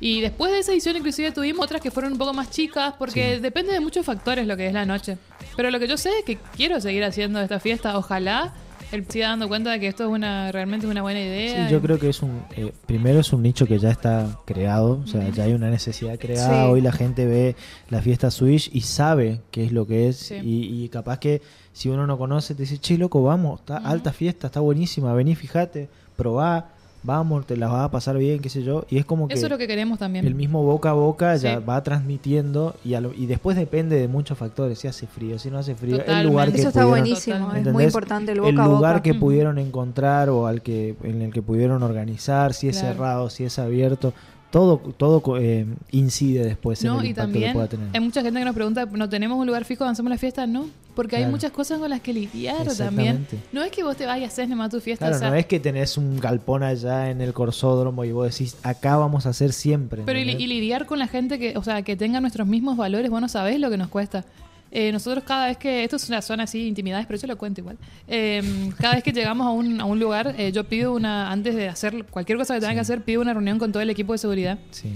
S2: Y después de esa edición inclusive tuvimos otras que fueron un poco más chicas, porque depende de muchos factores lo que es la noche. Pero lo que yo sé es que quiero seguir haciendo esta fiesta, ojalá él siga dando cuenta de que esto es una realmente una buena idea.
S1: Sí, yo creo que es un. eh, primero es un nicho que ya está creado, o sea, ya hay una necesidad creada.
S3: Sí.
S1: Hoy la gente ve la fiesta Switch y sabe qué es lo que es.
S2: Sí.
S1: Y, y capaz que si uno no conoce, te dice, che, loco, vamos, está alta fiesta, está buenísima, vení, fíjate, probá, vamos, te la vas a pasar bien, qué sé yo. Y es como que.
S2: Eso es lo que queremos también.
S1: El mismo boca a boca ya
S2: Sí.
S1: va transmitiendo y, a lo- y después depende de muchos factores, si hace frío, si no hace frío, el
S2: Totalmente.
S1: lugar que
S3: Eso está
S1: pudieron-
S3: buenísimo, es muy
S1: ¿Entendés?
S3: importante el boca a
S1: lugar
S3: boca.
S1: que
S2: Ujú.
S1: pudieron encontrar o al que en el que pudieron organizar, si es
S2: Claro.
S1: cerrado, si es abierto, todo todo co- eh, incide después en
S2: No,
S1: el
S2: y
S1: impacto que
S2: también
S1: pueda tener.
S2: hay mucha gente que nos pregunta, ¿no tenemos un lugar fijo donde hacemos la fiesta? No, porque hay
S1: Claro.
S2: muchas cosas con las que lidiar también.
S1: Exactamente.
S2: No es que vos te vayas a hacer nomás tu fiesta,
S1: Claro,
S2: o sea,
S1: no es que tenés un galpón allá en el corsódromo y vos decís, acá vamos a hacer siempre.
S2: Pero y, li-
S1: ¿entendés?
S2: y lidiar con la gente que, o sea, que tenga nuestros mismos valores, vos no sabés lo que nos cuesta. Eh, nosotros cada vez que, esto es una zona así, intimidades, pero yo lo cuento igual. Eh, cada vez que llegamos a un, a un lugar, eh, yo pido una, antes de hacer cualquier cosa que tenga que hacer, pido una reunión con todo el equipo de seguridad
S1: Sí.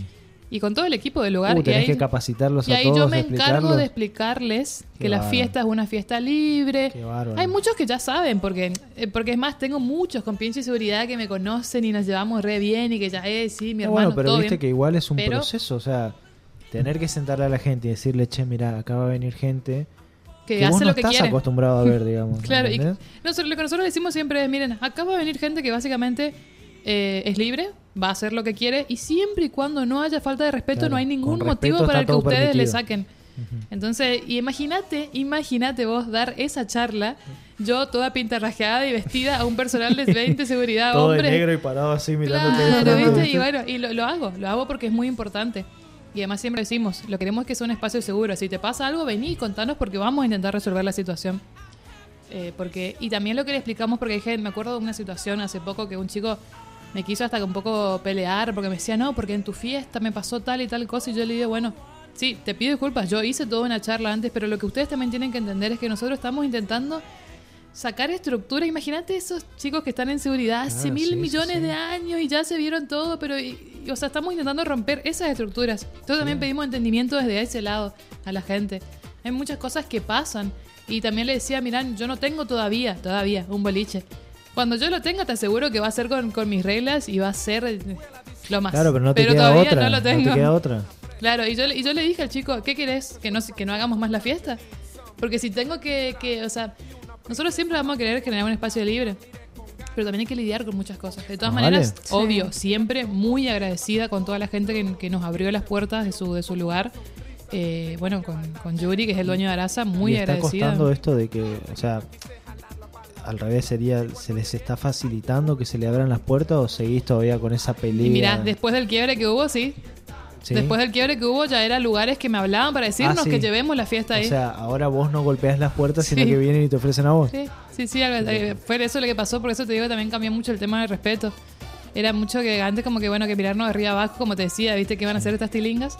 S2: y con todo el equipo del
S1: Uh,
S2: lugar. y
S1: tenés
S2: ahí,
S1: que capacitarlos
S2: y
S1: a
S2: ahí
S1: todos,
S2: yo me encargo
S1: explicarlos.
S2: de explicarles
S1: Qué
S2: que la
S1: bárbaro.
S2: fiesta es una fiesta libre.
S1: Qué bárbaro.
S2: Hay muchos que ya saben, porque, eh, porque es más, tengo muchos con pinche seguridad que me conocen y nos llevamos re bien y que ya, eh, sí,
S1: No,
S2: mi hermano,
S1: bueno, pero
S2: todo
S1: viste
S2: bien.
S1: que igual es un
S2: Pero-
S1: proceso, o sea, tener que sentarle a la gente y decirle, che, mira, acá va a venir gente
S2: que,
S1: vos
S2: hace
S1: no
S2: lo que
S1: estás
S2: quiere.
S1: acostumbrado a
S2: *laughs*
S1: ver, digamos.
S2: Claro, y
S1: ¿entendés?
S2: nosotros, lo que nosotros le decimos siempre es, miren, acá va a venir gente que básicamente eh, es libre, va a hacer lo que quiere, y siempre y cuando no haya falta de respeto,
S1: Claro,
S2: no hay ningún
S1: con
S2: motivo
S1: respeto está
S2: para el que
S1: todo
S2: ustedes le
S1: permitido.
S2: saquen. Entonces, y imagínate, imagínate vos dar esa charla, yo toda pintarrajeada y vestida a un personal
S1: *laughs*
S2: de 20 seguridad,
S1: Todo de
S2: hombres
S1: negro y parado así mirándote. de
S2: Ah, Claro,
S1: frente,
S2: ¿viste?
S1: ¿viste?
S2: Y bueno, y lo, lo hago, lo hago porque es muy importante. Y además siempre decimos, lo queremos que sea un espacio seguro. Si te pasa algo, vení y contanos porque vamos a intentar resolver la situación. Eh, porque, y también lo que le explicamos, porque dije, me acuerdo de una situación hace poco que un chico me quiso hasta un poco pelear porque me decía, no, porque en tu fiesta me pasó tal y tal cosa. Y yo le dije, bueno, sí, te pido disculpas, yo hice toda una charla antes, pero lo que ustedes también tienen que entender es que nosotros estamos intentando sacar estructura. Imagínate esos chicos que están en seguridad hace
S1: Claro,
S2: mil
S1: sí, sí,
S2: millones
S1: sí.
S2: de años y ya se vieron todo, pero, y- y, o sea, estamos intentando romper esas estructuras. Entonces también pedimos entendimiento desde ese lado a la gente. Hay muchas cosas que pasan. Y también le decía, miran, yo no tengo todavía, todavía, un boliche. Cuando yo lo tenga, te aseguro que va a ser con, con mis reglas y va a ser eh, lo más.
S1: Claro, pero no te queda
S2: todavía
S1: otra.
S2: no lo tengo.
S1: te queda otra.
S2: Claro, y yo, le- y yo le dije al chico, ¿qué querés? ¿Que no, se- que no hagamos más la fiesta? Porque si tengo que, que, o sea, nosotros siempre vamos a querer generar un espacio libre, pero también hay que lidiar con muchas cosas. De todas
S1: Ah, Vale.
S2: maneras,
S3: Sí.
S2: obvio, siempre muy agradecida con toda la gente que, que nos abrió las puertas de su, de su lugar. Eh, bueno, con, con Yuri, que es el dueño de Arasa, muy
S1: y está
S2: agradecida.
S1: costando esto de que, o sea, al revés sería, ¿se les está facilitando que se le abran las puertas o seguís todavía con esa pelea?
S2: Y mirá, después del quiebre que hubo, sí.
S1: ¿Sí? Ah,
S2: Después del quiebre que hubo, ya eran lugares que me hablaban para decirnos
S1: sí.
S2: que llevemos la fiesta ahí.
S1: O sea, ahora vos no golpeas las puertas, sino
S2: Sí.
S1: que vienen y te ofrecen a vos.
S2: Sí, sí, sí, algo- eh, fue eso lo que pasó, por eso te digo que también cambió mucho el tema del respeto. Era mucho que antes como que bueno, que mirarnos de arriba abajo, como te decía, viste que iban a hacer estas tilingas.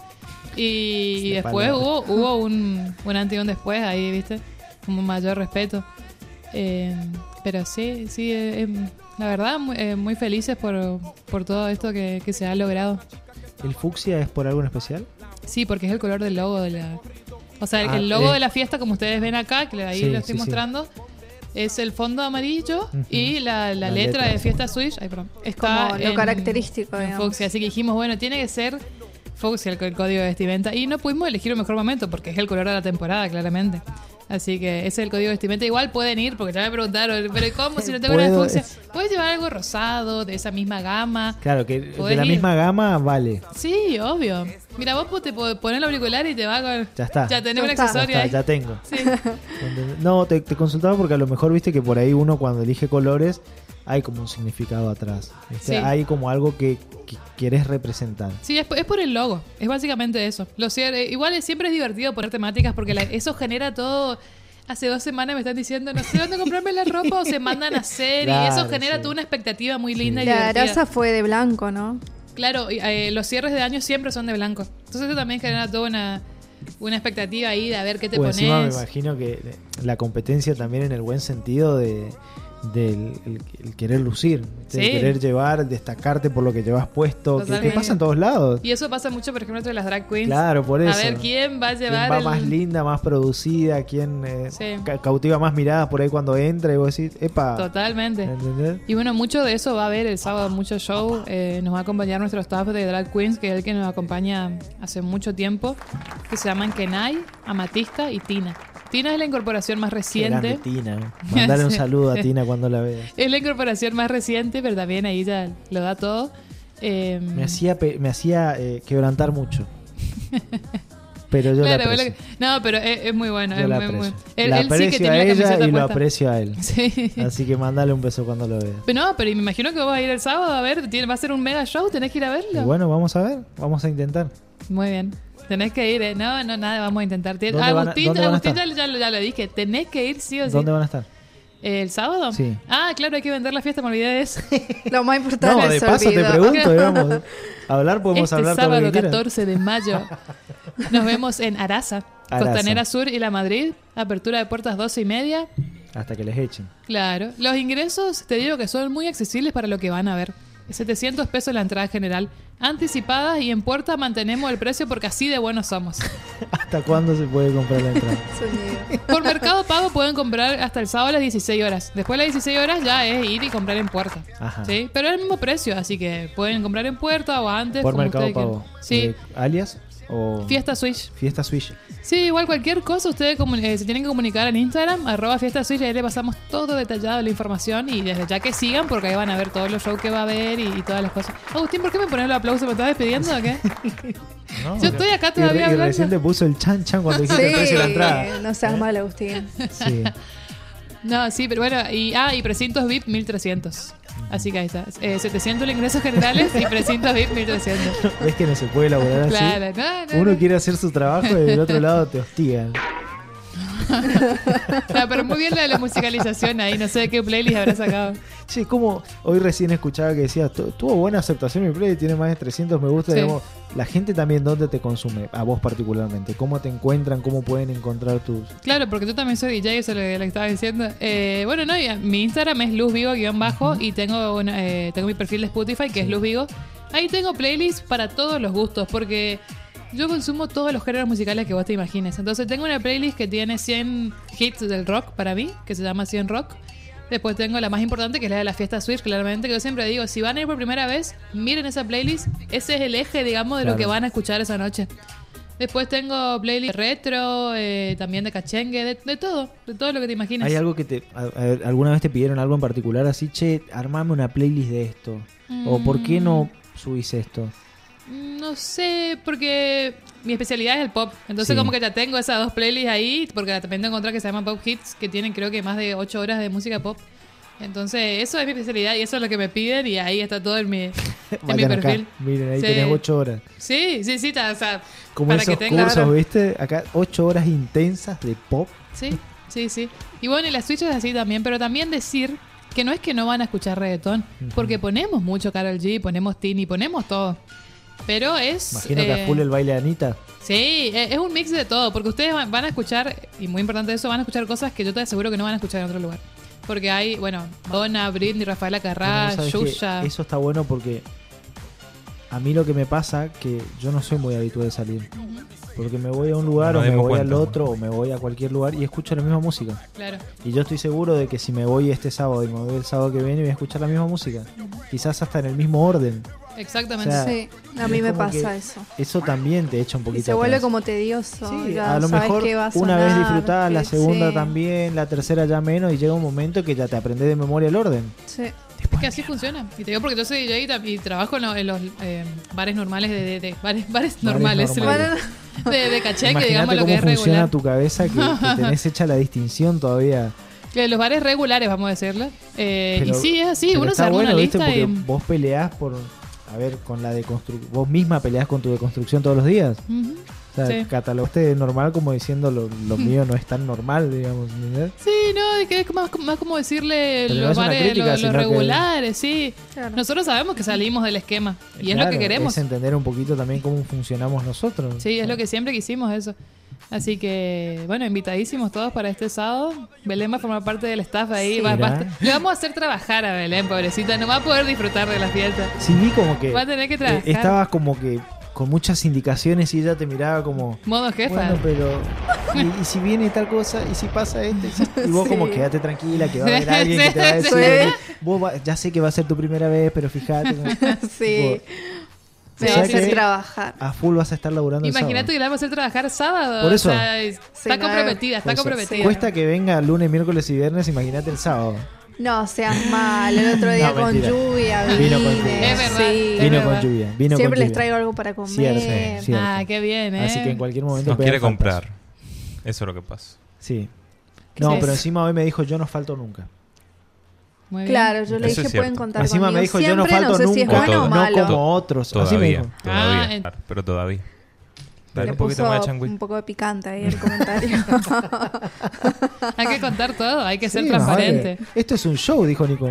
S2: Y,
S1: Sí,
S2: después
S1: palabra.
S2: hubo,
S1: *laughs*
S2: hubo un, un antes y un después ahí, viste, como mayor respeto. Eh, pero sí, sí, eh, eh, la verdad, muy, eh, muy felices por, por todo esto que, que se ha logrado.
S1: ¿El fucsia es por algo en especial?
S2: Sí, porque es el color del logo de la. O sea, el-
S1: Ah,
S2: el logo
S1: eh.
S2: de la fiesta, como ustedes ven acá, que ahí
S1: Sí,
S2: lo
S1: sí,
S2: estoy
S1: sí.
S2: mostrando, es el fondo amarillo
S1: Ujú.
S2: y la, la
S1: La
S2: letra,
S1: letra.
S2: de Fiesta Switch. Ay, perdón. Está
S3: Como lo
S2: en-
S3: característico,
S2: en
S3: digamos.
S2: Fucsia. Así que dijimos, bueno, tiene que ser Fucsia el, co- el código de vestimenta. Y no pudimos elegir un mejor momento porque es el color de la temporada, claramente. Así que ese es el código de vestimenta. Igual pueden ir, porque ya me preguntaron, pero ¿cómo si no tengo una de
S1: Puedo- eh.
S2: fucsia? ¿Puedes llevar algo rosado de esa misma gama?
S1: Claro, que de
S2: Podés
S1: la
S2: ir.
S1: misma gama vale.
S2: Sí, obvio. Mira, vos te po- ponés el auricular y te va con.
S1: Ya está.
S2: Ya tenés
S3: Ya
S2: un
S3: está.
S2: accesorio
S1: Ya,
S2: ahí.
S1: está, ya tengo. ¿Entendés? No, te, te consultaba porque a lo mejor viste que por ahí uno cuando elige colores hay como un significado atrás. ¿viste?
S2: Sí.
S1: Hay como algo que, que quieres representar.
S2: Sí, es, po- es por el logo. Es básicamente eso. Lo cier- eh, igual es- siempre es divertido poner temáticas porque la- eso genera todo. Hace dos semanas me están diciendo, no sé dónde comprarme la ropa o se mandan a hacer. y
S1: Claro,
S2: eso genera
S1: sí.
S2: toda una expectativa muy linda y
S3: La
S2: divertida.
S3: araza fue de blanco, ¿no?
S2: Claro, y, eh, los cierres de año siempre son de blanco. Entonces eso también genera toda una, una expectativa ahí de a ver qué te
S1: O
S2: pones.
S1: Pues encima me imagino que eh, la competencia también en el buen sentido de del el- el querer lucir, del
S2: Sí.
S1: querer llevar, destacarte por lo que llevas puesto, que- que,
S2: Totalmente.
S1: pasa en todos lados.
S2: Y eso pasa mucho, por ejemplo, entre las drag queens.
S1: Claro, por eso.
S2: A ver quién va a
S1: ¿Quién
S2: llevar
S1: va
S2: el-
S1: más linda, más producida, quién eh,
S2: Sí.
S1: ca- cautiva más miradas por ahí cuando entra y vos decís, epa,
S2: Totalmente.
S1: ¿entendés?
S2: Y bueno, mucho de eso va a haber el sábado, mucho show. Eh, nos va a acompañar nuestro staff de Drag Queens, que es el que nos acompaña hace mucho tiempo, que se llaman Kenai, Amatista y Tina. Tina es la incorporación más
S1: Qué grande
S2: reciente. *laughs*
S1: Tina. Mandale un saludo a Tina cuando la veas.
S2: Es la incorporación más reciente, pero también ahí ya lo da todo. Eh,
S1: Me hacía, pe- me hacía eh, quebrantar
S2: *laughs*
S1: mucho. Pero yo
S2: claro,
S1: la
S2: vos lo
S1: aprecio.
S2: que- no, pero es, es muy bueno.
S1: Yo
S2: es
S1: la
S2: muy- muy-
S1: aprecio.
S2: Él,
S1: la
S2: él sí que
S1: aprecio
S2: tiene
S1: a
S2: la
S1: ella
S2: camiseta
S1: y lo
S2: puesta.
S1: aprecio a él.
S2: *laughs* Sí.
S1: Así que mándale un beso cuando lo veas.
S2: Pero no, pero me imagino que vos vas a ir el sábado a ver, tiene- va a ser un mega show, tenés que ir a verlo.
S1: Y bueno, vamos a ver, vamos a intentar.
S2: Muy bien. Tenés que ir, ¿eh? No, no, nada, vamos a intentar. Tien-
S1: ¿Dónde van a-
S2: Agustín,
S1: dónde van a
S2: Agustín ya,
S1: estar?
S2: lo- ya lo dije, tenés que ir sí o sí.
S1: ¿Dónde van a estar?
S2: ¿El sábado?
S1: Sí.
S2: Ah, claro, hay que vender la fiesta, me olvidé
S1: *laughs*
S2: de eso.
S3: Lo más
S1: No,
S3: importante
S1: de
S3: se
S1: paso te
S3: olvidó.
S1: pregunto, digamos. Hablar podemos
S2: este
S1: hablar todo lo
S2: sábado,
S1: que quieras.
S2: 14 de mayo,
S1: *laughs*
S2: nos vemos en Araza,
S1: Araza.
S2: Costanera Sur y La Madrid. Apertura de puertas 12 y media.
S1: Hasta que les echen. *laughs*
S2: Claro. Los ingresos, te digo que son muy accesibles para lo que van a ver. 700 pesos la entrada general. Anticipadas y en puerta mantenemos el precio porque así de buenos somos.
S1: ¿Hasta cuándo se puede comprar la entrada?
S3: *laughs*
S2: *laughs*
S3: Sí.
S2: Por Mercado Pago pueden comprar hasta el sábado a las 16 horas. Después de las 16 horas ya es ir y comprar en puerta.
S1: Ajá.
S2: ¿Sí? Pero es el mismo precio, así que pueden comprar en puerta o antes.
S1: Por
S2: como
S1: Mercado
S2: ustedes quieran.
S1: Pago.
S2: Sí,
S1: Eh, ¿Alias? O...
S2: Fiesta Switch.
S1: Fiesta Switch.
S2: Sí, igual cualquier cosa ustedes comuni- eh, se tienen que comunicar en Instagram, arroba Fiesta Switch, y ahí le pasamos todo detallado la información y desde ya que sigan porque ahí van a ver todos los shows que va a haber y, y todas las cosas. Agustín, ¿por qué me pones los aplausos? ¿Me estás despidiendo o qué?
S1: *laughs* No,
S2: Yo estoy
S1: y
S2: acá
S1: re-
S2: todavía
S1: y
S2: hablando.
S1: recién te puso el chan chan cuando dijiste el precio de la entrada.
S3: no seas mal, Agustín.
S1: Sí.
S2: No, sí, pero bueno, y, ah, y precintos VIP 1300. Así que ahí está. Eh, 700 los ingresos generales y 300 VIP 1300.
S1: Ves que no se puede elaborar así.
S2: Claro, no, no,
S1: Ah, Uno
S2: no.
S1: quiere hacer su trabajo y del otro lado te hostigan.
S2: No, pero muy bien la de la musicalización ahí. No sé de qué playlist habrá sacado.
S1: Sí, como hoy recién escuchaba que decías, "Tu- tuvo buena aceptación mi play, tiene más de 300 me gusta.
S2: Sí.
S1: digamos, la gente también, ¿dónde te consume? A vos particularmente. ¿Cómo te encuentran? ¿Cómo pueden encontrar tus...?
S2: Claro, porque tú también soy DJ, eso es lo que, lo que estaba diciendo. Eh, bueno, no, y a- mi Instagram es luzvigo-bajo y tengo, una, eh, tengo mi perfil de Spotify que es luzvigo. Ahí tengo playlists para todos los gustos, porque yo consumo todos los géneros musicales que vos te imagines. Entonces tengo una playlist que tiene 100 hits del rock para mí, que se llama 100 Rock. Después tengo la más importante, que es la de la fiesta Switch, claramente, que yo siempre digo, si van a ir por primera vez, miren esa playlist. Ese es el eje, digamos, de lo
S1: Claro.
S2: que van a escuchar esa noche. Después tengo playlist retro, eh, también de cachengue, de, de todo, de todo lo que te imagines.
S1: ¿Hay algo que te... a- a- ¿Alguna vez te pidieron algo en particular así? Che, armame una playlist de esto. ¿O por qué no
S2: Mm.
S1: subís esto?
S2: No sé, porque mi especialidad es el pop. Entonces
S1: Sí.
S2: como que ya tengo esas dos playlists ahí, porque de repente encontré que se llaman Pop Hits, que tienen creo que más de 8 horas de música pop. Entonces eso es mi especialidad y eso es lo que me piden y ahí está todo en mi, *laughs* en mi
S1: Vayan acá.
S2: perfil.
S1: Miren, ahí
S2: Sí.
S1: tenés 8 horas.
S2: Sí, sí, sí, está, o sea,
S1: Como
S2: para
S1: esos
S2: que tenga...
S1: cursos, ¿viste? Acá 8 horas intensas de pop.
S2: Sí, sí, sí. Y bueno, y la Switch es así también, pero también decir que no es que no van a escuchar reggaetón, porque ponemos mucho Carol G, ponemos Tini, ponemos todo. Pero es.
S1: Imagino que
S2: eh,
S1: a full el baile de Anita.
S2: Sí, eh, es un mix de todo, porque ustedes van, van a escuchar, y muy importante eso, van a escuchar cosas que yo te aseguro que no van a escuchar en otro lugar. Porque hay, bueno, Donna, Britney, Rafaela
S1: Bueno,
S2: Carrá,
S1: vos sabés que
S2: Yuya.
S1: Eso está bueno porque a mí lo que me pasa que yo no soy muy habitual de salir. Porque me voy a un lugar
S4: No
S1: o
S4: nos
S1: me
S4: dimos
S1: voy al
S4: cuenta.
S1: otro o me voy a cualquier lugar y escucho la misma música.
S2: Claro.
S1: Y yo estoy seguro de que si me voy este sábado y me voy el sábado que viene voy a escuchar la misma música. Quizás hasta en el mismo orden.
S2: Exactamente.
S1: O sea,
S3: Sí, a mí
S1: Es
S3: me
S1: como
S3: pasa
S1: que
S3: eso.
S1: Eso también te echa un poquito
S3: Y se vuelve
S1: atrás.
S3: como tedioso.
S1: Sí,
S3: ya
S1: a lo
S3: sabes
S1: mejor
S3: qué va a
S1: una vez
S3: sonar,
S1: disfrutada, la
S3: qué-
S1: segunda
S3: sí,
S1: también, la tercera ya menos y llega un momento que ya te aprendes de memoria el orden.
S3: sí.
S2: Es que así funciona. Y te digo porque yo soy DJ y tam- y trabajo en lo- en los, eh, bares normales de, de- de- bares, bares normales,
S1: normales.
S2: de, de caché, que digamos
S1: Imagínate
S2: lo
S1: cómo
S2: que es
S1: funciona
S2: regular.
S1: tu cabeza que, que
S2: *laughs*
S1: tenés hecha la distinción todavía.
S2: Eh, Los bares regulares, vamos a decirlo. Eh,
S1: Pero-
S2: y sí, es así.
S1: Pero
S2: Uno se
S1: está
S2: arma
S1: bueno,
S2: una
S1: ¿viste?
S2: lista
S1: Porque
S2: y...
S1: vos peleás por, a ver, con la deconstrucción, vos misma peleás con tu deconstrucción todos los días.
S2: Ujú.
S1: O sea,
S2: Sí. Hmm.
S1: catalogaste de normal como diciendo lo, lo mío no es tan normal, digamos. ¿entendés?
S2: Sí, no, es que es más, más como decirle
S1: Pero no
S2: los
S1: es una
S2: bares,
S1: crítica,
S2: los, los
S1: sino que-
S2: regulares, sí.
S3: Claro.
S2: Nosotros sabemos que salimos del esquema y es lo
S1: Claro,
S2: que queremos.
S1: Es entender un poquito también cómo funcionamos nosotros.
S2: Sí, es lo que siempre quisimos eso. Así que, bueno, invitadísimos todos para este sábado. Belén va a formar parte del staff ahí.
S3: Sí.
S2: va- va a
S1: Mirá.
S2: estar- le vamos a hacer trabajar a Belén, pobrecita. No va a poder disfrutar de la fiesta.
S1: Sí, vi como que
S2: Va a tener que
S1: eh,
S2: trabajar.
S1: estabas como que con muchas indicaciones y ella te miraba como...
S2: Modo jefa.
S1: Bueno, pero. Y, y si viene tal cosa, y si pasa este, y si-
S3: *laughs*
S1: y vos,
S3: Sí.
S1: como quédate tranquila, que va a haber alguien que te va a decir.
S3: *laughs* Sí.
S1: "Vení, Vos va- ya sé que va a ser tu primera vez, pero fíjate.
S3: *laughs*
S1: ¿no?".
S3: *laughs* Sí.
S1: Tipo,
S3: Me
S2: Sí,
S3: va a
S2: sí,
S3: hacer
S2: sí.
S3: trabajar.
S1: a full vas a estar laburando. el
S2: Imagínate que la vamos a hacer trabajar sábado.
S1: Por eso.
S2: O sea, es-
S3: Sí,
S2: está
S3: no,
S2: comprometida,
S1: sábado.
S2: está
S1: Por eso,
S2: comprometida.
S1: Cuesta que venga lunes, miércoles y viernes, imagínate el sábado.
S3: No seas mal. El otro
S1: *laughs*
S3: día
S1: No,
S3: con
S1: mentira.
S3: lluvia
S1: Vino
S3: vine.
S1: con lluvia.
S2: Es verdad.
S3: sí.
S2: Es
S1: Vino
S2: verdad.
S1: con lluvia. Vino
S3: Siempre
S1: con
S3: les
S1: lluvia.
S3: traigo algo para comer.
S1: Cierto, cierto.
S2: Ah, qué bien, ¿eh?
S1: Así que en cualquier momento.
S4: Nos
S1: pegar
S4: quiere
S1: faltas.
S4: comprar. Eso es lo que pasa.
S1: Sí.
S2: ¿Qué
S1: No,
S2: es?
S1: pero encima hoy me dijo, yo no falto nunca.
S2: Muy bien.
S3: Claro, yo le
S4: Eso es
S3: dije
S4: cierto.
S3: pueden contar
S1: Encima
S3: conmigo.
S1: me dijo,
S3: Siempre,
S1: yo no falto
S3: sé
S1: nunca.
S3: si es bueno o
S4: Todo.
S3: malo.
S1: No como otros. Así me dijo.
S4: Todavía. Todavía.
S2: Ah, en-
S4: claro, Pero todavía.
S3: Le
S4: Dale un poquito
S3: puso
S4: más de changüí.
S3: un poco de picante ahí el *laughs* comentario.
S2: Hay que contar todo,
S1: *laughs*
S2: hay que ser
S1: Sí, más
S2: transparente.
S1: vale. Esto es un show, dijo Nico.